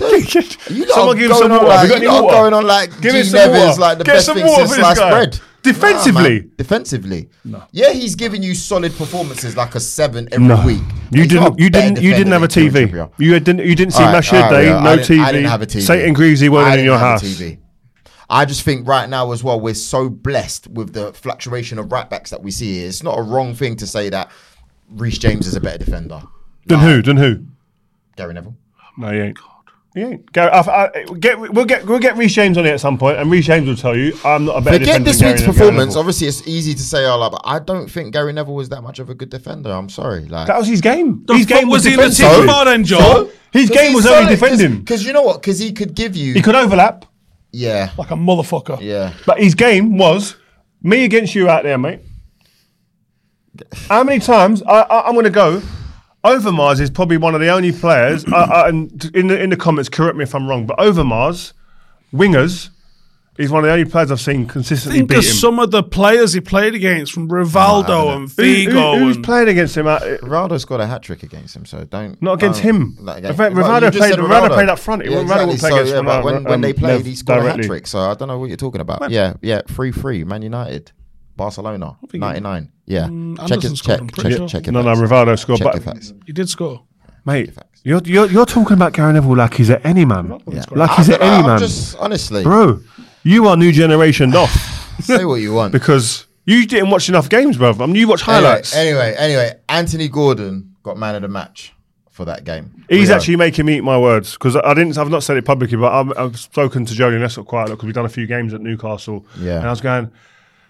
[SPEAKER 2] You lot
[SPEAKER 3] Someone
[SPEAKER 2] are
[SPEAKER 3] give him some
[SPEAKER 2] going on
[SPEAKER 3] water.
[SPEAKER 2] Like,
[SPEAKER 3] Have you got
[SPEAKER 2] you
[SPEAKER 3] any
[SPEAKER 2] lot are
[SPEAKER 3] water?
[SPEAKER 2] going on like G
[SPEAKER 3] Give me some
[SPEAKER 2] Neville's
[SPEAKER 3] water.
[SPEAKER 2] like the
[SPEAKER 3] Get
[SPEAKER 2] best
[SPEAKER 3] some
[SPEAKER 2] thing
[SPEAKER 3] water
[SPEAKER 2] since
[SPEAKER 3] for this
[SPEAKER 2] sliced
[SPEAKER 3] guy.
[SPEAKER 2] bread.
[SPEAKER 3] Defensively.
[SPEAKER 2] Nah, man. defensively. Yeah, he's giving you solid performances like a seven every week.
[SPEAKER 3] You
[SPEAKER 2] He's not
[SPEAKER 3] didn't. You
[SPEAKER 2] better
[SPEAKER 3] didn't. You didn't
[SPEAKER 2] defender
[SPEAKER 3] have a
[SPEAKER 2] than Kieran
[SPEAKER 3] TV.
[SPEAKER 2] Trippier.
[SPEAKER 3] You had- didn't. You didn't see
[SPEAKER 2] All right,
[SPEAKER 3] Mash
[SPEAKER 2] all
[SPEAKER 3] Your
[SPEAKER 2] right,
[SPEAKER 3] Day.
[SPEAKER 2] yeah, I
[SPEAKER 3] no
[SPEAKER 2] didn't-
[SPEAKER 3] TV.
[SPEAKER 2] I didn't have a TV.
[SPEAKER 3] Satan Greasy
[SPEAKER 2] I
[SPEAKER 3] weren't in
[SPEAKER 2] didn't
[SPEAKER 3] your
[SPEAKER 2] have
[SPEAKER 3] house.
[SPEAKER 2] a TV. I just think right now as well we're so blessed with the fluctuation of right backs that we see. It's not a wrong thing to say that Reece James is a better defender.
[SPEAKER 3] Then who? Then who?
[SPEAKER 2] Gary Neville.
[SPEAKER 3] No, he ain't. He ain't. Gary, I, I, get, we'll get we'll get Reece James on it at some point, and Reece James will tell you I'm not a better.
[SPEAKER 2] Forget
[SPEAKER 3] defender
[SPEAKER 2] this
[SPEAKER 3] than Gary
[SPEAKER 2] week's
[SPEAKER 3] Neville.
[SPEAKER 2] performance. Obviously, it's easy to say, oh, like, but I don't think Gary Neville was that much of a good defender. I'm sorry. Like,
[SPEAKER 3] That was his game.
[SPEAKER 4] The
[SPEAKER 3] his
[SPEAKER 4] fuck
[SPEAKER 3] game
[SPEAKER 4] was he in the
[SPEAKER 3] defensive.
[SPEAKER 4] team for then, Joe?
[SPEAKER 3] His game was only defending.
[SPEAKER 2] Because you know what? Because he could give you.
[SPEAKER 3] He could overlap,
[SPEAKER 2] yeah.
[SPEAKER 4] Like a motherfucker.
[SPEAKER 2] Yeah.
[SPEAKER 3] but his game was me against you out there, mate. How many times I, I, I'm going to go? Overmars is probably one of the only players, uh, uh, and in the in the comments, correct me if I'm wrong, but Overmars, wingers, is one of the only players I've seen consistently
[SPEAKER 4] Think
[SPEAKER 3] beat him.
[SPEAKER 4] of some of the players he played against, from Rivaldo and
[SPEAKER 3] Who- who-
[SPEAKER 4] Figo.
[SPEAKER 3] who's
[SPEAKER 4] and-
[SPEAKER 3] playing against him? Uh,
[SPEAKER 2] Ronaldo scored a hat trick against him, so don't.
[SPEAKER 3] Not against
[SPEAKER 2] don't-
[SPEAKER 3] him.
[SPEAKER 2] not
[SPEAKER 3] In fact,
[SPEAKER 2] Well,
[SPEAKER 3] Ronaldo
[SPEAKER 2] you just
[SPEAKER 3] played-
[SPEAKER 2] said
[SPEAKER 3] Ronaldo played up front. He-
[SPEAKER 2] Yeah,
[SPEAKER 3] Ronaldo
[SPEAKER 2] exactly.
[SPEAKER 3] won't play
[SPEAKER 2] so,
[SPEAKER 3] against
[SPEAKER 2] yeah, but
[SPEAKER 3] Ronaldo,
[SPEAKER 2] when, when
[SPEAKER 3] um,
[SPEAKER 2] they played,
[SPEAKER 3] Nev
[SPEAKER 2] he scored a
[SPEAKER 3] directly.
[SPEAKER 2] hat trick. So I don't know what you're talking about. Yeah, yeah, three three. Man United, Barcelona, ninety nine. Yeah, check
[SPEAKER 4] Anderson
[SPEAKER 2] it.
[SPEAKER 4] scored,
[SPEAKER 2] Check
[SPEAKER 4] I'm pretty
[SPEAKER 2] check
[SPEAKER 4] sure.
[SPEAKER 2] check it.
[SPEAKER 3] no, no, Rivaldo scored,
[SPEAKER 2] Check
[SPEAKER 3] but
[SPEAKER 2] your facts.
[SPEAKER 4] He did score.
[SPEAKER 3] mate, you're, you're you're talking about Gary Neville like he's at any man, like he's
[SPEAKER 2] I don't
[SPEAKER 3] at
[SPEAKER 2] know,
[SPEAKER 3] any
[SPEAKER 2] I'm
[SPEAKER 3] man,
[SPEAKER 2] Just honestly,
[SPEAKER 3] bro. You are new generation off
[SPEAKER 2] say what you want.
[SPEAKER 3] because you didn't watch enough games, bro. I mean, you watch
[SPEAKER 2] Anyway,
[SPEAKER 3] highlights.
[SPEAKER 2] anyway, anyway, Anthony Gordon got man of the match for that game.
[SPEAKER 3] He's
[SPEAKER 2] Rio.
[SPEAKER 3] actually making me eat my words because I I didn't. I've not said it publicly, but I've, I've spoken to Jolien Essel quite a lot because we've done a few games at Newcastle.
[SPEAKER 2] Yeah.
[SPEAKER 3] and I was going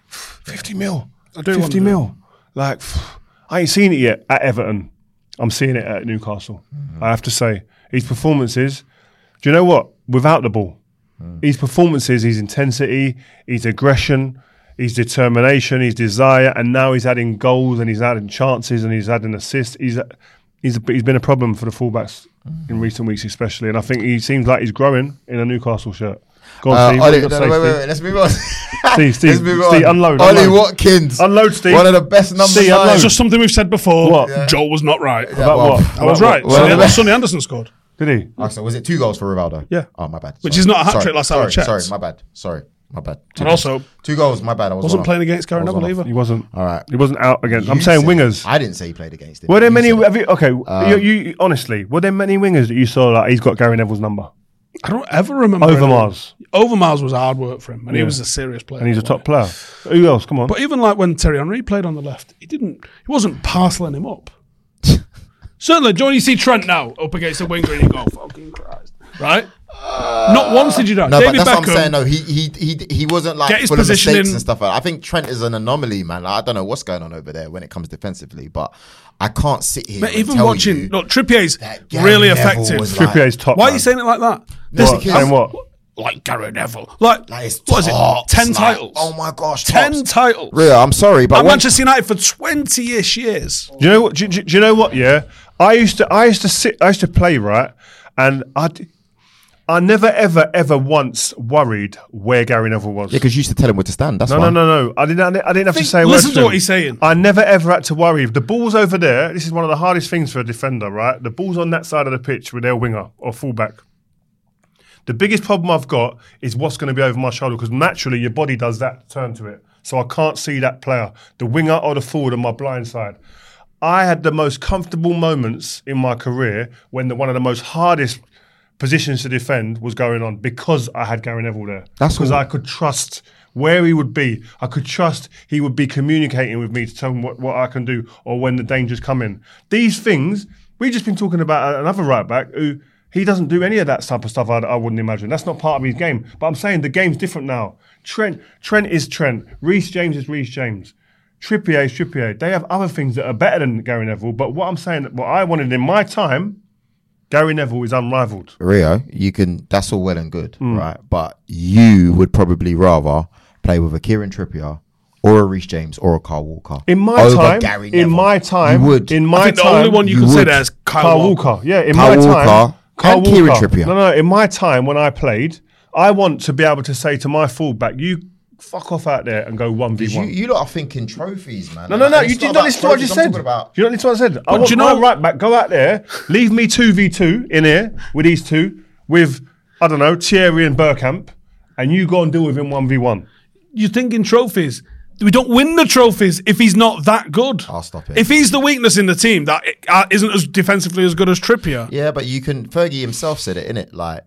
[SPEAKER 3] fifty mil. I
[SPEAKER 4] do
[SPEAKER 3] fifty
[SPEAKER 4] wonder.
[SPEAKER 3] mil. Like I ain't seen it yet at Everton. I'm seeing it at Newcastle.
[SPEAKER 2] Mm-hmm.
[SPEAKER 3] I have to say his performances. Do you know what? Without the ball,
[SPEAKER 2] Mm.
[SPEAKER 3] his performances, his intensity, his aggression, his determination, his desire, and now he's adding goals and he's adding chances and he's adding assists. He's he's he's been a problem for the fullbacks
[SPEAKER 2] Mm.
[SPEAKER 3] in recent weeks, especially, and I think he seems like he's growing in a Newcastle shirt. Go on,
[SPEAKER 2] Uh,
[SPEAKER 3] Steve.
[SPEAKER 2] Ollie,
[SPEAKER 3] What
[SPEAKER 2] no,
[SPEAKER 3] you
[SPEAKER 2] no,
[SPEAKER 3] got to
[SPEAKER 2] wait,
[SPEAKER 3] say,
[SPEAKER 2] wait,
[SPEAKER 3] Steve?
[SPEAKER 2] wait, let's move on.
[SPEAKER 3] Steve, Steve,
[SPEAKER 2] let's move
[SPEAKER 3] Steve,
[SPEAKER 2] on.
[SPEAKER 3] unload,
[SPEAKER 2] Ollie
[SPEAKER 3] unload.
[SPEAKER 2] Watkins.
[SPEAKER 3] Unload, Steve.
[SPEAKER 2] One of the best numbers.
[SPEAKER 3] Steve, unload.
[SPEAKER 4] It's just something we've said before.
[SPEAKER 3] What? Yeah.
[SPEAKER 4] Joe was not right.
[SPEAKER 3] About
[SPEAKER 2] well,
[SPEAKER 3] what?
[SPEAKER 4] I was
[SPEAKER 3] About
[SPEAKER 4] right.
[SPEAKER 3] what?
[SPEAKER 2] Well,
[SPEAKER 4] Sonny,
[SPEAKER 2] well,
[SPEAKER 4] Sonny Anderson scored.
[SPEAKER 3] Did he?
[SPEAKER 2] Oh, so was it two goals for Rivaldo?
[SPEAKER 4] Yeah.
[SPEAKER 2] Oh, my bad.
[SPEAKER 4] Which
[SPEAKER 2] Sorry.
[SPEAKER 4] is not a hat-trick
[SPEAKER 2] Sorry,
[SPEAKER 4] last time I
[SPEAKER 2] sorry,
[SPEAKER 4] checked.
[SPEAKER 2] Sorry, my bad. Sorry, my bad. Two
[SPEAKER 4] And
[SPEAKER 2] goals.
[SPEAKER 4] also-
[SPEAKER 2] two goals. My bad. I was
[SPEAKER 4] Wasn't
[SPEAKER 2] on
[SPEAKER 4] playing
[SPEAKER 2] off.
[SPEAKER 4] against Gary
[SPEAKER 2] I was
[SPEAKER 4] Neville
[SPEAKER 2] on off.
[SPEAKER 4] either.
[SPEAKER 3] He wasn't.
[SPEAKER 2] All right.
[SPEAKER 3] He wasn't out against. I'm
[SPEAKER 2] You
[SPEAKER 3] saying
[SPEAKER 2] said-
[SPEAKER 3] wingers.
[SPEAKER 2] I didn't say he played against him.
[SPEAKER 3] Were there
[SPEAKER 2] You
[SPEAKER 3] many?
[SPEAKER 2] said-
[SPEAKER 3] Have you, okay, you, you honestly, were there many wingers that you saw like he's got Gary Neville's number?
[SPEAKER 4] I don't ever remember.
[SPEAKER 3] Overmars,
[SPEAKER 4] Overmars was hard work for him, and he was a serious player.
[SPEAKER 3] and he's a top
[SPEAKER 4] wasn't
[SPEAKER 3] player. Who else? Come on.
[SPEAKER 4] he? But even like when Terry Henry played on the left, he didn't. He wasn't parceling him up. Certainly, John, you see Trent now up against a winger, and you go, "Fucking Christ!" Right? Not once did you know.
[SPEAKER 2] No,
[SPEAKER 4] David
[SPEAKER 2] but that's
[SPEAKER 4] Beckham.
[SPEAKER 2] what I'm saying. No, he he he, he wasn't like
[SPEAKER 4] Get his
[SPEAKER 2] full of mistakes
[SPEAKER 4] positioning-
[SPEAKER 2] and stuff. Like, that. I think Trent is an anomaly, man. Like, I don't know what's going on over there when it comes defensively, but I can't sit here.
[SPEAKER 4] But
[SPEAKER 2] and
[SPEAKER 4] even
[SPEAKER 2] tell
[SPEAKER 4] watching,
[SPEAKER 2] you
[SPEAKER 4] look, Trippier's
[SPEAKER 2] that Gary
[SPEAKER 4] really
[SPEAKER 2] Neville
[SPEAKER 4] effective.
[SPEAKER 2] was like-
[SPEAKER 3] Trippier's top.
[SPEAKER 4] Why are
[SPEAKER 3] man.
[SPEAKER 4] you saying it like that?
[SPEAKER 2] This
[SPEAKER 3] what?
[SPEAKER 2] kid's-
[SPEAKER 3] Saying what?
[SPEAKER 4] Like Gary Neville. Like,
[SPEAKER 2] That is
[SPEAKER 4] what is it?
[SPEAKER 2] tops,
[SPEAKER 4] Ten
[SPEAKER 2] like,
[SPEAKER 4] titles.
[SPEAKER 2] Oh my gosh,
[SPEAKER 4] Ten
[SPEAKER 2] tops.
[SPEAKER 4] titles.
[SPEAKER 2] Real, I'm sorry, but
[SPEAKER 4] At
[SPEAKER 2] when-
[SPEAKER 4] Manchester United for 20 ish years.
[SPEAKER 3] Do you know what? Do, do, do you know what? Yeah, I used to, I used to sit, I used to play right, and I, I never ever ever once worried where Gary Neville was.
[SPEAKER 2] yeah, because you used to tell him where to stand. That's
[SPEAKER 3] no,
[SPEAKER 2] why.
[SPEAKER 3] no, no, no. I didn't. I didn't- I didn't have
[SPEAKER 4] Think-
[SPEAKER 3] to say. a word
[SPEAKER 4] listen to
[SPEAKER 3] him.
[SPEAKER 4] what he's saying.
[SPEAKER 3] I never ever had to worry if the ball's over there. This is one of the hardest things for a defender, right? The ball's on that side of the pitch with their winger or fullback. The biggest problem I've got is what's going to be over my shoulder because naturally your body does that turn to it. So I can't see that player, the winger or the forward on my blind side. I had the most comfortable moments in my career when the, one of the most hardest positions to defend was going on because I had Gary Neville there.
[SPEAKER 2] That's
[SPEAKER 3] because
[SPEAKER 2] all.
[SPEAKER 3] I could trust where he would be. I could trust he would be communicating with me to tell me what, what I can do or when the dangers come in. These things, we've just been talking about another right back who he doesn't do any of that type of stuff I, I wouldn't imagine. That's not part of his game. But I'm saying the game's different now. Trent Trent is Trent. Reece James is Reece James. Trippier is Trippier. They have other things that are better than Gary Neville. But what I'm saying, what I wanted in my time, Gary Neville is unrivaled.
[SPEAKER 2] Rio, you can. That's all well and good,
[SPEAKER 3] Mm.
[SPEAKER 2] right? But you would probably rather play with a Kieran Trippier or a Reece James or a Carl Walker
[SPEAKER 3] In my
[SPEAKER 2] over
[SPEAKER 3] time,
[SPEAKER 2] Gary
[SPEAKER 3] in
[SPEAKER 2] Neville.
[SPEAKER 3] my time,
[SPEAKER 2] you would.
[SPEAKER 3] in
[SPEAKER 4] I
[SPEAKER 3] my
[SPEAKER 4] think the
[SPEAKER 3] time,
[SPEAKER 4] only one you,
[SPEAKER 2] you
[SPEAKER 4] can say
[SPEAKER 2] would.
[SPEAKER 4] that is Kyle,
[SPEAKER 3] Kyle Walker. Yeah, in
[SPEAKER 2] Kyle
[SPEAKER 3] my time,
[SPEAKER 2] Walker and Kieran Trippier.
[SPEAKER 3] No, no, in my time when I played, I want to be able to say to my fullback, "You fuck off out there and go one v
[SPEAKER 2] you,
[SPEAKER 3] one."
[SPEAKER 2] you lot are thinking trophies, man.
[SPEAKER 3] No, no,
[SPEAKER 2] Like,
[SPEAKER 3] no.
[SPEAKER 2] it's
[SPEAKER 3] You did
[SPEAKER 2] not
[SPEAKER 3] not
[SPEAKER 2] about
[SPEAKER 3] listen to what I
[SPEAKER 2] trophies,
[SPEAKER 3] just
[SPEAKER 2] I'm
[SPEAKER 3] said.
[SPEAKER 2] talking about-
[SPEAKER 3] You don't listen to what I said. Oh, I
[SPEAKER 4] do
[SPEAKER 3] want
[SPEAKER 4] you
[SPEAKER 3] you
[SPEAKER 4] know-
[SPEAKER 3] my right back. Go out there. Leave me two v two in here with these two with I don't know Thierry and Burkamp, and you go and deal with him one v one.
[SPEAKER 4] You're thinking trophies. We don't win the trophies if he's not that good.
[SPEAKER 2] I'll stop it.
[SPEAKER 4] If he's the weakness in the team that uh, isn't as defensively as good as Trippier.
[SPEAKER 2] Yeah, but you can. Fergie himself said it, innit? Like,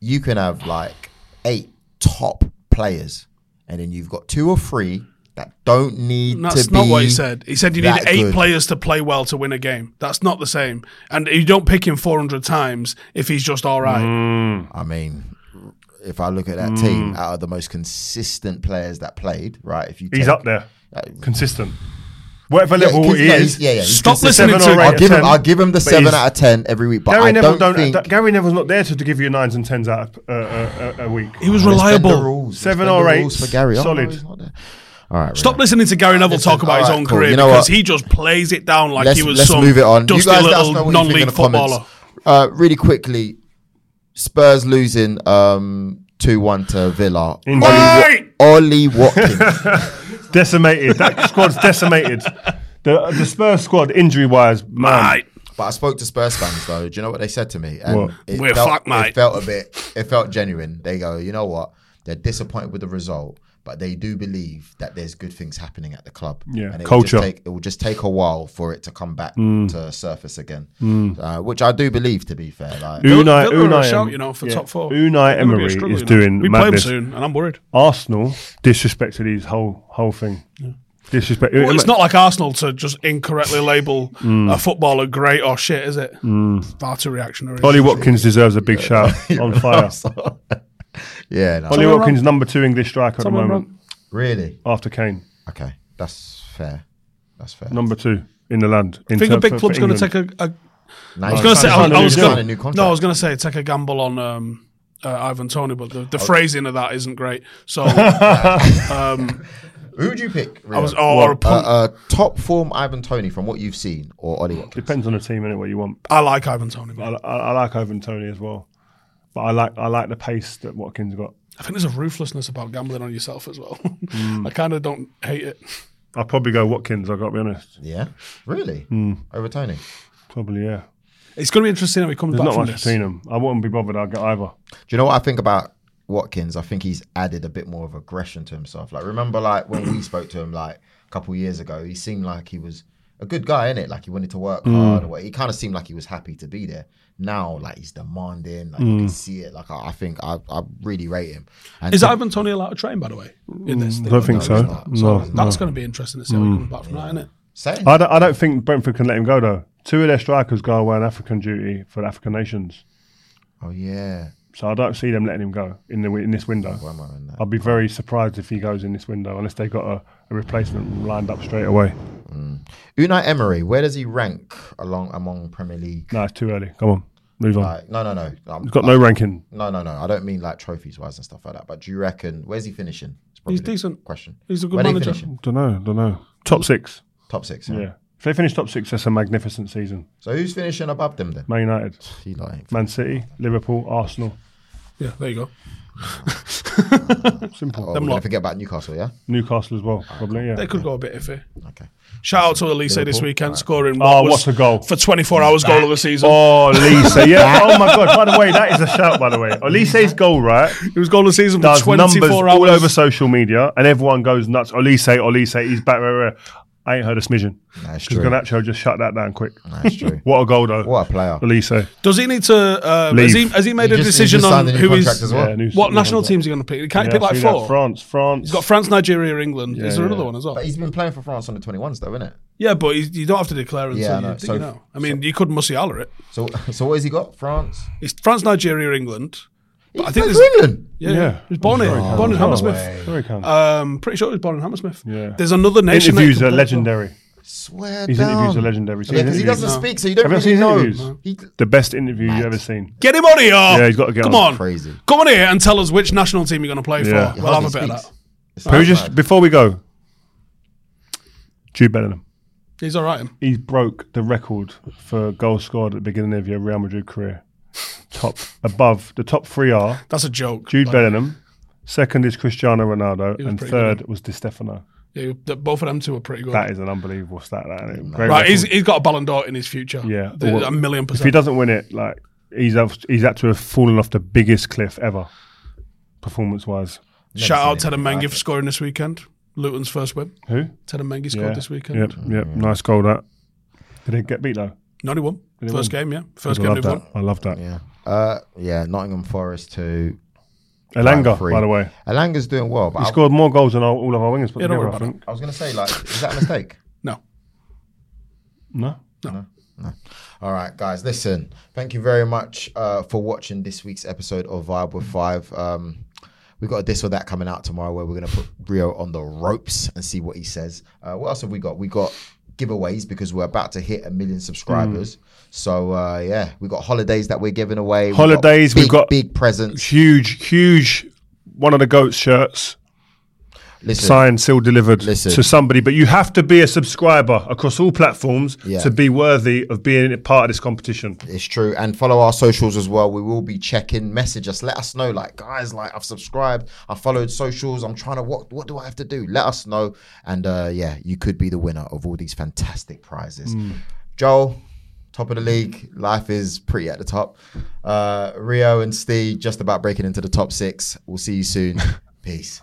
[SPEAKER 2] you can have like eight top players, and then you've got two or three that don't need
[SPEAKER 4] That's
[SPEAKER 2] to
[SPEAKER 4] not
[SPEAKER 2] be
[SPEAKER 4] what he said. He said you need
[SPEAKER 2] that
[SPEAKER 4] eight
[SPEAKER 2] good.
[SPEAKER 4] players to play well to win a game. That's not the same. And you don't pick him 400 times if he's just all right.
[SPEAKER 3] Mm.
[SPEAKER 2] I mean, if I look at that team, out of the most consistent players that played, right? If you
[SPEAKER 3] He's
[SPEAKER 2] take-
[SPEAKER 3] up there, consistent. Whatever
[SPEAKER 2] Yeah,
[SPEAKER 3] level
[SPEAKER 2] cons-
[SPEAKER 3] he
[SPEAKER 2] yeah,
[SPEAKER 3] is,
[SPEAKER 2] he's- yeah, yeah, he's
[SPEAKER 4] Stop
[SPEAKER 2] consistent.
[SPEAKER 4] listening to-
[SPEAKER 3] Seven or eight
[SPEAKER 2] I'll give
[SPEAKER 3] out
[SPEAKER 2] him.
[SPEAKER 3] of
[SPEAKER 2] I'll
[SPEAKER 3] 10,
[SPEAKER 2] give him the
[SPEAKER 3] but
[SPEAKER 2] seven
[SPEAKER 3] he's-
[SPEAKER 2] out of ten every week. But
[SPEAKER 3] Gary
[SPEAKER 2] I
[SPEAKER 3] Neville
[SPEAKER 2] don't, think
[SPEAKER 3] that- Gary Neville's not there to, to give you nines and tens out of uh, uh, uh, a week.
[SPEAKER 4] He was
[SPEAKER 2] Let's bend the
[SPEAKER 4] reliable.
[SPEAKER 2] rules. Let's
[SPEAKER 3] Seven
[SPEAKER 2] bend
[SPEAKER 3] or
[SPEAKER 2] the
[SPEAKER 3] eight,
[SPEAKER 2] rules for Gary. Oh, no,
[SPEAKER 3] solid.
[SPEAKER 2] he's not there. All right.
[SPEAKER 4] Stop
[SPEAKER 2] Rio.
[SPEAKER 4] listening to Gary Neville
[SPEAKER 2] Listen,
[SPEAKER 4] talk about his
[SPEAKER 2] alright,
[SPEAKER 4] own
[SPEAKER 2] cool.
[SPEAKER 4] career
[SPEAKER 2] You know
[SPEAKER 4] because
[SPEAKER 2] what?
[SPEAKER 4] he just plays it down like
[SPEAKER 2] let's,
[SPEAKER 4] he was
[SPEAKER 2] let's
[SPEAKER 4] some
[SPEAKER 2] move it on.
[SPEAKER 4] dusty
[SPEAKER 2] you guys let us know
[SPEAKER 4] little
[SPEAKER 2] what you think in
[SPEAKER 4] non-league
[SPEAKER 2] the comments.
[SPEAKER 4] footballer.
[SPEAKER 2] Uh, really quickly, Spurs losing um, 2-1 to Villa. Ollie, Wa-
[SPEAKER 3] Mate!
[SPEAKER 2] Ollie Watkins.
[SPEAKER 3] decimated. That squad's decimated. The the Spurs squad, injury wise, man.
[SPEAKER 4] Mate,
[SPEAKER 2] but I spoke to Spurs fans though. Do you know what they said to me? And
[SPEAKER 3] What?
[SPEAKER 2] It
[SPEAKER 4] We're
[SPEAKER 2] felt,
[SPEAKER 4] fucked, mate.
[SPEAKER 2] It felt a bit. It felt genuine. They go, you know what? They're disappointed with the result, but they do believe that there's good things happening at the club.
[SPEAKER 3] Yeah.
[SPEAKER 2] and it
[SPEAKER 3] Culture.
[SPEAKER 2] Will just take, it will just take a while for it to come back
[SPEAKER 4] Mm.
[SPEAKER 2] to surface again, uh, which I do believe. To be fair, like
[SPEAKER 3] Unai,
[SPEAKER 4] Villa are a
[SPEAKER 3] Unai,
[SPEAKER 4] shout,
[SPEAKER 3] Em-
[SPEAKER 4] you know, for
[SPEAKER 3] yeah.
[SPEAKER 4] top
[SPEAKER 3] Unai
[SPEAKER 4] four. They're gonna be
[SPEAKER 3] Emery
[SPEAKER 4] a struggle,
[SPEAKER 3] is
[SPEAKER 4] you know.
[SPEAKER 3] doing
[SPEAKER 4] We play him
[SPEAKER 3] madness.
[SPEAKER 4] soon, and I'm worried.
[SPEAKER 3] Arsenal disrespected his whole whole thing. Disrespect.
[SPEAKER 4] Well, it's not like Arsenal to just incorrectly label
[SPEAKER 3] Mm.
[SPEAKER 4] a footballer great or shit, is it? Far too reactionary.
[SPEAKER 3] Ollie Watkins deserves a big shout. on fire.
[SPEAKER 2] yeah, no.
[SPEAKER 3] Ollie Watkins, number two English striker at the
[SPEAKER 4] Someone
[SPEAKER 3] moment,
[SPEAKER 2] really.
[SPEAKER 3] after Kane.
[SPEAKER 2] Okay, that's fair. That's fair.
[SPEAKER 3] Number two in the land. In
[SPEAKER 4] I think a
[SPEAKER 3] ter-
[SPEAKER 4] big
[SPEAKER 3] for-
[SPEAKER 4] club's
[SPEAKER 3] for
[SPEAKER 4] going to
[SPEAKER 3] England. Oh,
[SPEAKER 4] take a. a
[SPEAKER 2] Now
[SPEAKER 4] I was
[SPEAKER 2] he's
[SPEAKER 4] going to say, I,
[SPEAKER 2] signed
[SPEAKER 4] I
[SPEAKER 2] a new-
[SPEAKER 4] was
[SPEAKER 2] he's
[SPEAKER 4] going
[SPEAKER 2] signed a new contract.
[SPEAKER 4] No, I was going to say, take a gamble on um, uh, Ivan Tony, but the, the
[SPEAKER 3] Oh.
[SPEAKER 4] phrasing of that isn't great. So, um,
[SPEAKER 2] Who would you pick? Rio?
[SPEAKER 4] I was, or a
[SPEAKER 2] uh,
[SPEAKER 4] punt.
[SPEAKER 2] uh, top form Ivan Tony from what you've seen, or Ollie Watkins?
[SPEAKER 3] Depends on the team, innit? What you want.
[SPEAKER 4] I like Ivan Tony.
[SPEAKER 3] I,
[SPEAKER 4] I,
[SPEAKER 3] I, I like Ivan Tony as well, but I like I like the pace that Watkins got.
[SPEAKER 4] I think there's a ruthlessness about gambling on yourself as well.
[SPEAKER 3] Mm.
[SPEAKER 4] I kind of don't hate it.
[SPEAKER 3] I'll probably go Watkins. I've got to be honest.
[SPEAKER 2] Yeah, really?
[SPEAKER 3] Hmm.
[SPEAKER 2] Over Tony.
[SPEAKER 3] Probably yeah.
[SPEAKER 4] It's going to be interesting how he comes
[SPEAKER 3] There's
[SPEAKER 4] back
[SPEAKER 3] not
[SPEAKER 4] from
[SPEAKER 3] much
[SPEAKER 4] this.
[SPEAKER 3] between them. I wouldn't be bothered. I'll get either.
[SPEAKER 2] Do you know what I think about Watkins? I think he's added a bit more of aggression to himself. Like remember, like when we spoke to him like a couple of years ago, he seemed like he was a good guy, innit? Like he wanted to work
[SPEAKER 3] Hmm.
[SPEAKER 2] hard. Or what. He kind of seemed like he was happy to be there. Now, like he's demanding. Like you can
[SPEAKER 3] Hmm.
[SPEAKER 2] see it. Like I, I think I, I really rate him. And
[SPEAKER 4] Is
[SPEAKER 2] to-
[SPEAKER 4] Ivan Tony allowed to train, by the way? In this,
[SPEAKER 3] Mm, I don't think so. Mm.
[SPEAKER 4] No, he's
[SPEAKER 3] No,
[SPEAKER 4] not. So that's going to be interesting to see how he comes back from that, isn't it?
[SPEAKER 2] Say it.
[SPEAKER 3] I don't, I don't think Brentford can let him go though. Two of their strikers go away on African duty for the African nations.
[SPEAKER 2] Oh yeah.
[SPEAKER 3] So I don't see them letting him go in the wi- in this window.
[SPEAKER 2] Why am I in that?
[SPEAKER 3] I'd be very surprised if he goes in this window unless they got a, a replacement lined up straight away.
[SPEAKER 2] Unai Emery, where does he rank along among Premier League?
[SPEAKER 3] No, it's too early. Come on, move on.
[SPEAKER 2] Like, no, no, no. Um,
[SPEAKER 3] He's got no ranking.
[SPEAKER 2] No, no, no. I don't mean like trophies wise and stuff like that. But do you reckon where's he finishing? It's probably
[SPEAKER 4] He's
[SPEAKER 2] the
[SPEAKER 4] decent.
[SPEAKER 2] Question.
[SPEAKER 4] He's a good
[SPEAKER 2] Where they
[SPEAKER 4] manager.
[SPEAKER 2] finishing?
[SPEAKER 3] Don't know. Don't know. Top six.
[SPEAKER 2] Top six.
[SPEAKER 3] Yeah.
[SPEAKER 2] Yeah.
[SPEAKER 3] If they finish top six, that's a magnificent season.
[SPEAKER 2] So who's finishing above them then?
[SPEAKER 3] Man United,
[SPEAKER 2] He like
[SPEAKER 3] Man City, Liverpool, Arsenal,
[SPEAKER 4] Yeah, there you go.
[SPEAKER 3] simple.
[SPEAKER 2] Oh, we're gonna forget about Newcastle, yeah.
[SPEAKER 3] Newcastle as well, probably. Yeah.
[SPEAKER 4] They could go a bit iffy.
[SPEAKER 2] Okay.
[SPEAKER 4] Shout out to Elise this weekend, scoring
[SPEAKER 3] Oh, what
[SPEAKER 4] was
[SPEAKER 3] a goal.
[SPEAKER 4] for 24 hours goal of the season.
[SPEAKER 3] Oh, Lisa. Yeah. Oh, my God. By the way, that is a shout, by the way. Oh, Lisa's goal, right?
[SPEAKER 4] It was goal of the season for
[SPEAKER 3] Does
[SPEAKER 4] 24
[SPEAKER 3] numbers
[SPEAKER 4] hours.
[SPEAKER 3] all over social media, and everyone goes nuts. Olise, Olise, he's back. Rah, rah, rah. I ain't heard a smidgen.
[SPEAKER 2] That's
[SPEAKER 3] Because
[SPEAKER 2] true.
[SPEAKER 3] Ganacho just shut that down quick.
[SPEAKER 2] That's true.
[SPEAKER 3] What a goal, though.
[SPEAKER 2] What a player.
[SPEAKER 3] Olise.
[SPEAKER 4] Does he need to? Um,
[SPEAKER 3] Leave.
[SPEAKER 4] has, he, has he made
[SPEAKER 2] He
[SPEAKER 4] a
[SPEAKER 2] just- he
[SPEAKER 4] decision
[SPEAKER 2] just
[SPEAKER 4] on
[SPEAKER 2] signed a new
[SPEAKER 4] who is?
[SPEAKER 2] contract as well.
[SPEAKER 3] Yeah, new-
[SPEAKER 4] what
[SPEAKER 3] new
[SPEAKER 4] national
[SPEAKER 3] contract.
[SPEAKER 4] teams he going to pick? He can't
[SPEAKER 3] Yeah,
[SPEAKER 4] pick like
[SPEAKER 3] see that.
[SPEAKER 4] four.
[SPEAKER 3] France, France.
[SPEAKER 4] He's got France, Nigeria, England.
[SPEAKER 3] Yeah,
[SPEAKER 4] is there
[SPEAKER 3] yeah.
[SPEAKER 4] another one as well?
[SPEAKER 2] But he's been playing for France on the twenty ones though, isn't it?
[SPEAKER 4] yeah, but he's, you don't have to declare until
[SPEAKER 2] Yeah, I
[SPEAKER 4] you,
[SPEAKER 2] know.
[SPEAKER 4] think
[SPEAKER 2] So-
[SPEAKER 4] you know. I mean, you could Musiala it.
[SPEAKER 2] So so what has he got? France?
[SPEAKER 4] It's France, Nigeria, England. But I think
[SPEAKER 2] He's
[SPEAKER 4] there's
[SPEAKER 2] played for England.
[SPEAKER 4] yeah,
[SPEAKER 3] Yeah.
[SPEAKER 4] yeah. he's born here, born in
[SPEAKER 3] No
[SPEAKER 4] Hammersmith.
[SPEAKER 3] way. Very calm.
[SPEAKER 4] Um, pretty sure he was born in Hammersmith.
[SPEAKER 3] Yeah.
[SPEAKER 4] There's another nation. that
[SPEAKER 3] interviews
[SPEAKER 4] could
[SPEAKER 3] are
[SPEAKER 4] play for him.
[SPEAKER 3] legendary.
[SPEAKER 2] Swear
[SPEAKER 3] His
[SPEAKER 2] down.
[SPEAKER 3] interviews are legendary. So
[SPEAKER 2] Yeah, because
[SPEAKER 3] his
[SPEAKER 2] he
[SPEAKER 3] interviews-
[SPEAKER 2] doesn't speak, so you don't
[SPEAKER 3] Have
[SPEAKER 2] really
[SPEAKER 3] you seen
[SPEAKER 2] know.
[SPEAKER 3] his interviews?
[SPEAKER 2] He,
[SPEAKER 3] The best interview you ever seen.
[SPEAKER 4] Get him on here. Yeah,
[SPEAKER 3] he's gotta get
[SPEAKER 4] Come
[SPEAKER 3] on.
[SPEAKER 4] on,
[SPEAKER 2] Crazy.
[SPEAKER 4] Come on here and tell us which national team you're going to play
[SPEAKER 3] Yeah.
[SPEAKER 4] for. We'll have a bit of that.
[SPEAKER 3] Who just before we go? Jude Bellingham.
[SPEAKER 4] He's all right. him.
[SPEAKER 3] He broke the record for goals scored at the beginning of your Real Madrid career. Top above the top three are
[SPEAKER 4] That's a joke.
[SPEAKER 3] Jude
[SPEAKER 4] Like,
[SPEAKER 3] Bellingham. Second is Cristiano Ronaldo,
[SPEAKER 4] was
[SPEAKER 3] and
[SPEAKER 4] pretty
[SPEAKER 3] third was Di Stefano.
[SPEAKER 4] yeah, th- both of them two are pretty good.
[SPEAKER 3] That is an unbelievable stat. That isn't it? Great
[SPEAKER 4] Right,
[SPEAKER 3] record.
[SPEAKER 4] he's, he's got a Ballon d'Or in his future.
[SPEAKER 3] yeah,
[SPEAKER 4] The-
[SPEAKER 3] Well,
[SPEAKER 4] a million
[SPEAKER 3] If he
[SPEAKER 4] percent.
[SPEAKER 3] doesn't win it, like he's have- he's had to have fallen off the biggest cliff ever, performance wise.
[SPEAKER 4] Shout out
[SPEAKER 2] seen
[SPEAKER 4] Ted
[SPEAKER 2] anything
[SPEAKER 4] Mengi
[SPEAKER 2] like
[SPEAKER 4] for
[SPEAKER 2] it.
[SPEAKER 4] scoring this weekend. Luton's first win.
[SPEAKER 3] Who?
[SPEAKER 4] Ted Mengi scored this weekend. Mm.
[SPEAKER 3] Yep, yep. Nice goal that. Did it get beat though?
[SPEAKER 4] No, he won. First game, yeah. First
[SPEAKER 3] I
[SPEAKER 4] game,
[SPEAKER 3] love
[SPEAKER 4] they won.
[SPEAKER 3] that. I love that.
[SPEAKER 2] Yeah. Uh, yeah, Nottingham Forest to
[SPEAKER 3] Elanga,
[SPEAKER 2] Three.
[SPEAKER 3] by the way,
[SPEAKER 2] Alanga's doing well, but
[SPEAKER 3] he
[SPEAKER 2] I,
[SPEAKER 3] scored more goals than all, all of our wingers put
[SPEAKER 4] Yeah, don't
[SPEAKER 3] together.
[SPEAKER 4] worry
[SPEAKER 3] I
[SPEAKER 4] about
[SPEAKER 3] think.
[SPEAKER 2] I was going to say, like, is that a mistake?
[SPEAKER 4] No.
[SPEAKER 3] No.
[SPEAKER 2] All right, guys, listen, thank you very much uh, for watching this week's episode of Vibe with Five. Um, we got a this or that coming out tomorrow where we're going to put Rio on the ropes and see what he says. Uh, what else have we got? We got giveaways because we're about to hit a million subscribers. So, uh, yeah, we got holidays that we're giving away. We've got
[SPEAKER 3] Holidays,
[SPEAKER 2] big,
[SPEAKER 3] we've got-
[SPEAKER 2] big presents.
[SPEAKER 3] Huge, huge. One of the goats shirts
[SPEAKER 2] Listen,
[SPEAKER 3] signed, sealed, delivered
[SPEAKER 2] Listen.
[SPEAKER 3] to somebody. But you have to be a subscriber across all platforms
[SPEAKER 2] Yeah.
[SPEAKER 3] to be worthy of being a part of this competition.
[SPEAKER 2] It's true. And follow our socials as well. We will be checking. Message us. Let us know. Like, guys, like I've subscribed. I followed socials. I'm trying to what what do I have to do? Let us know. And uh yeah, you could be the winner of all these fantastic prizes. Joel, top of the league. Life is pretty at the top. Uh Rio and Steve just about breaking into the top six. We'll see you soon. Peace.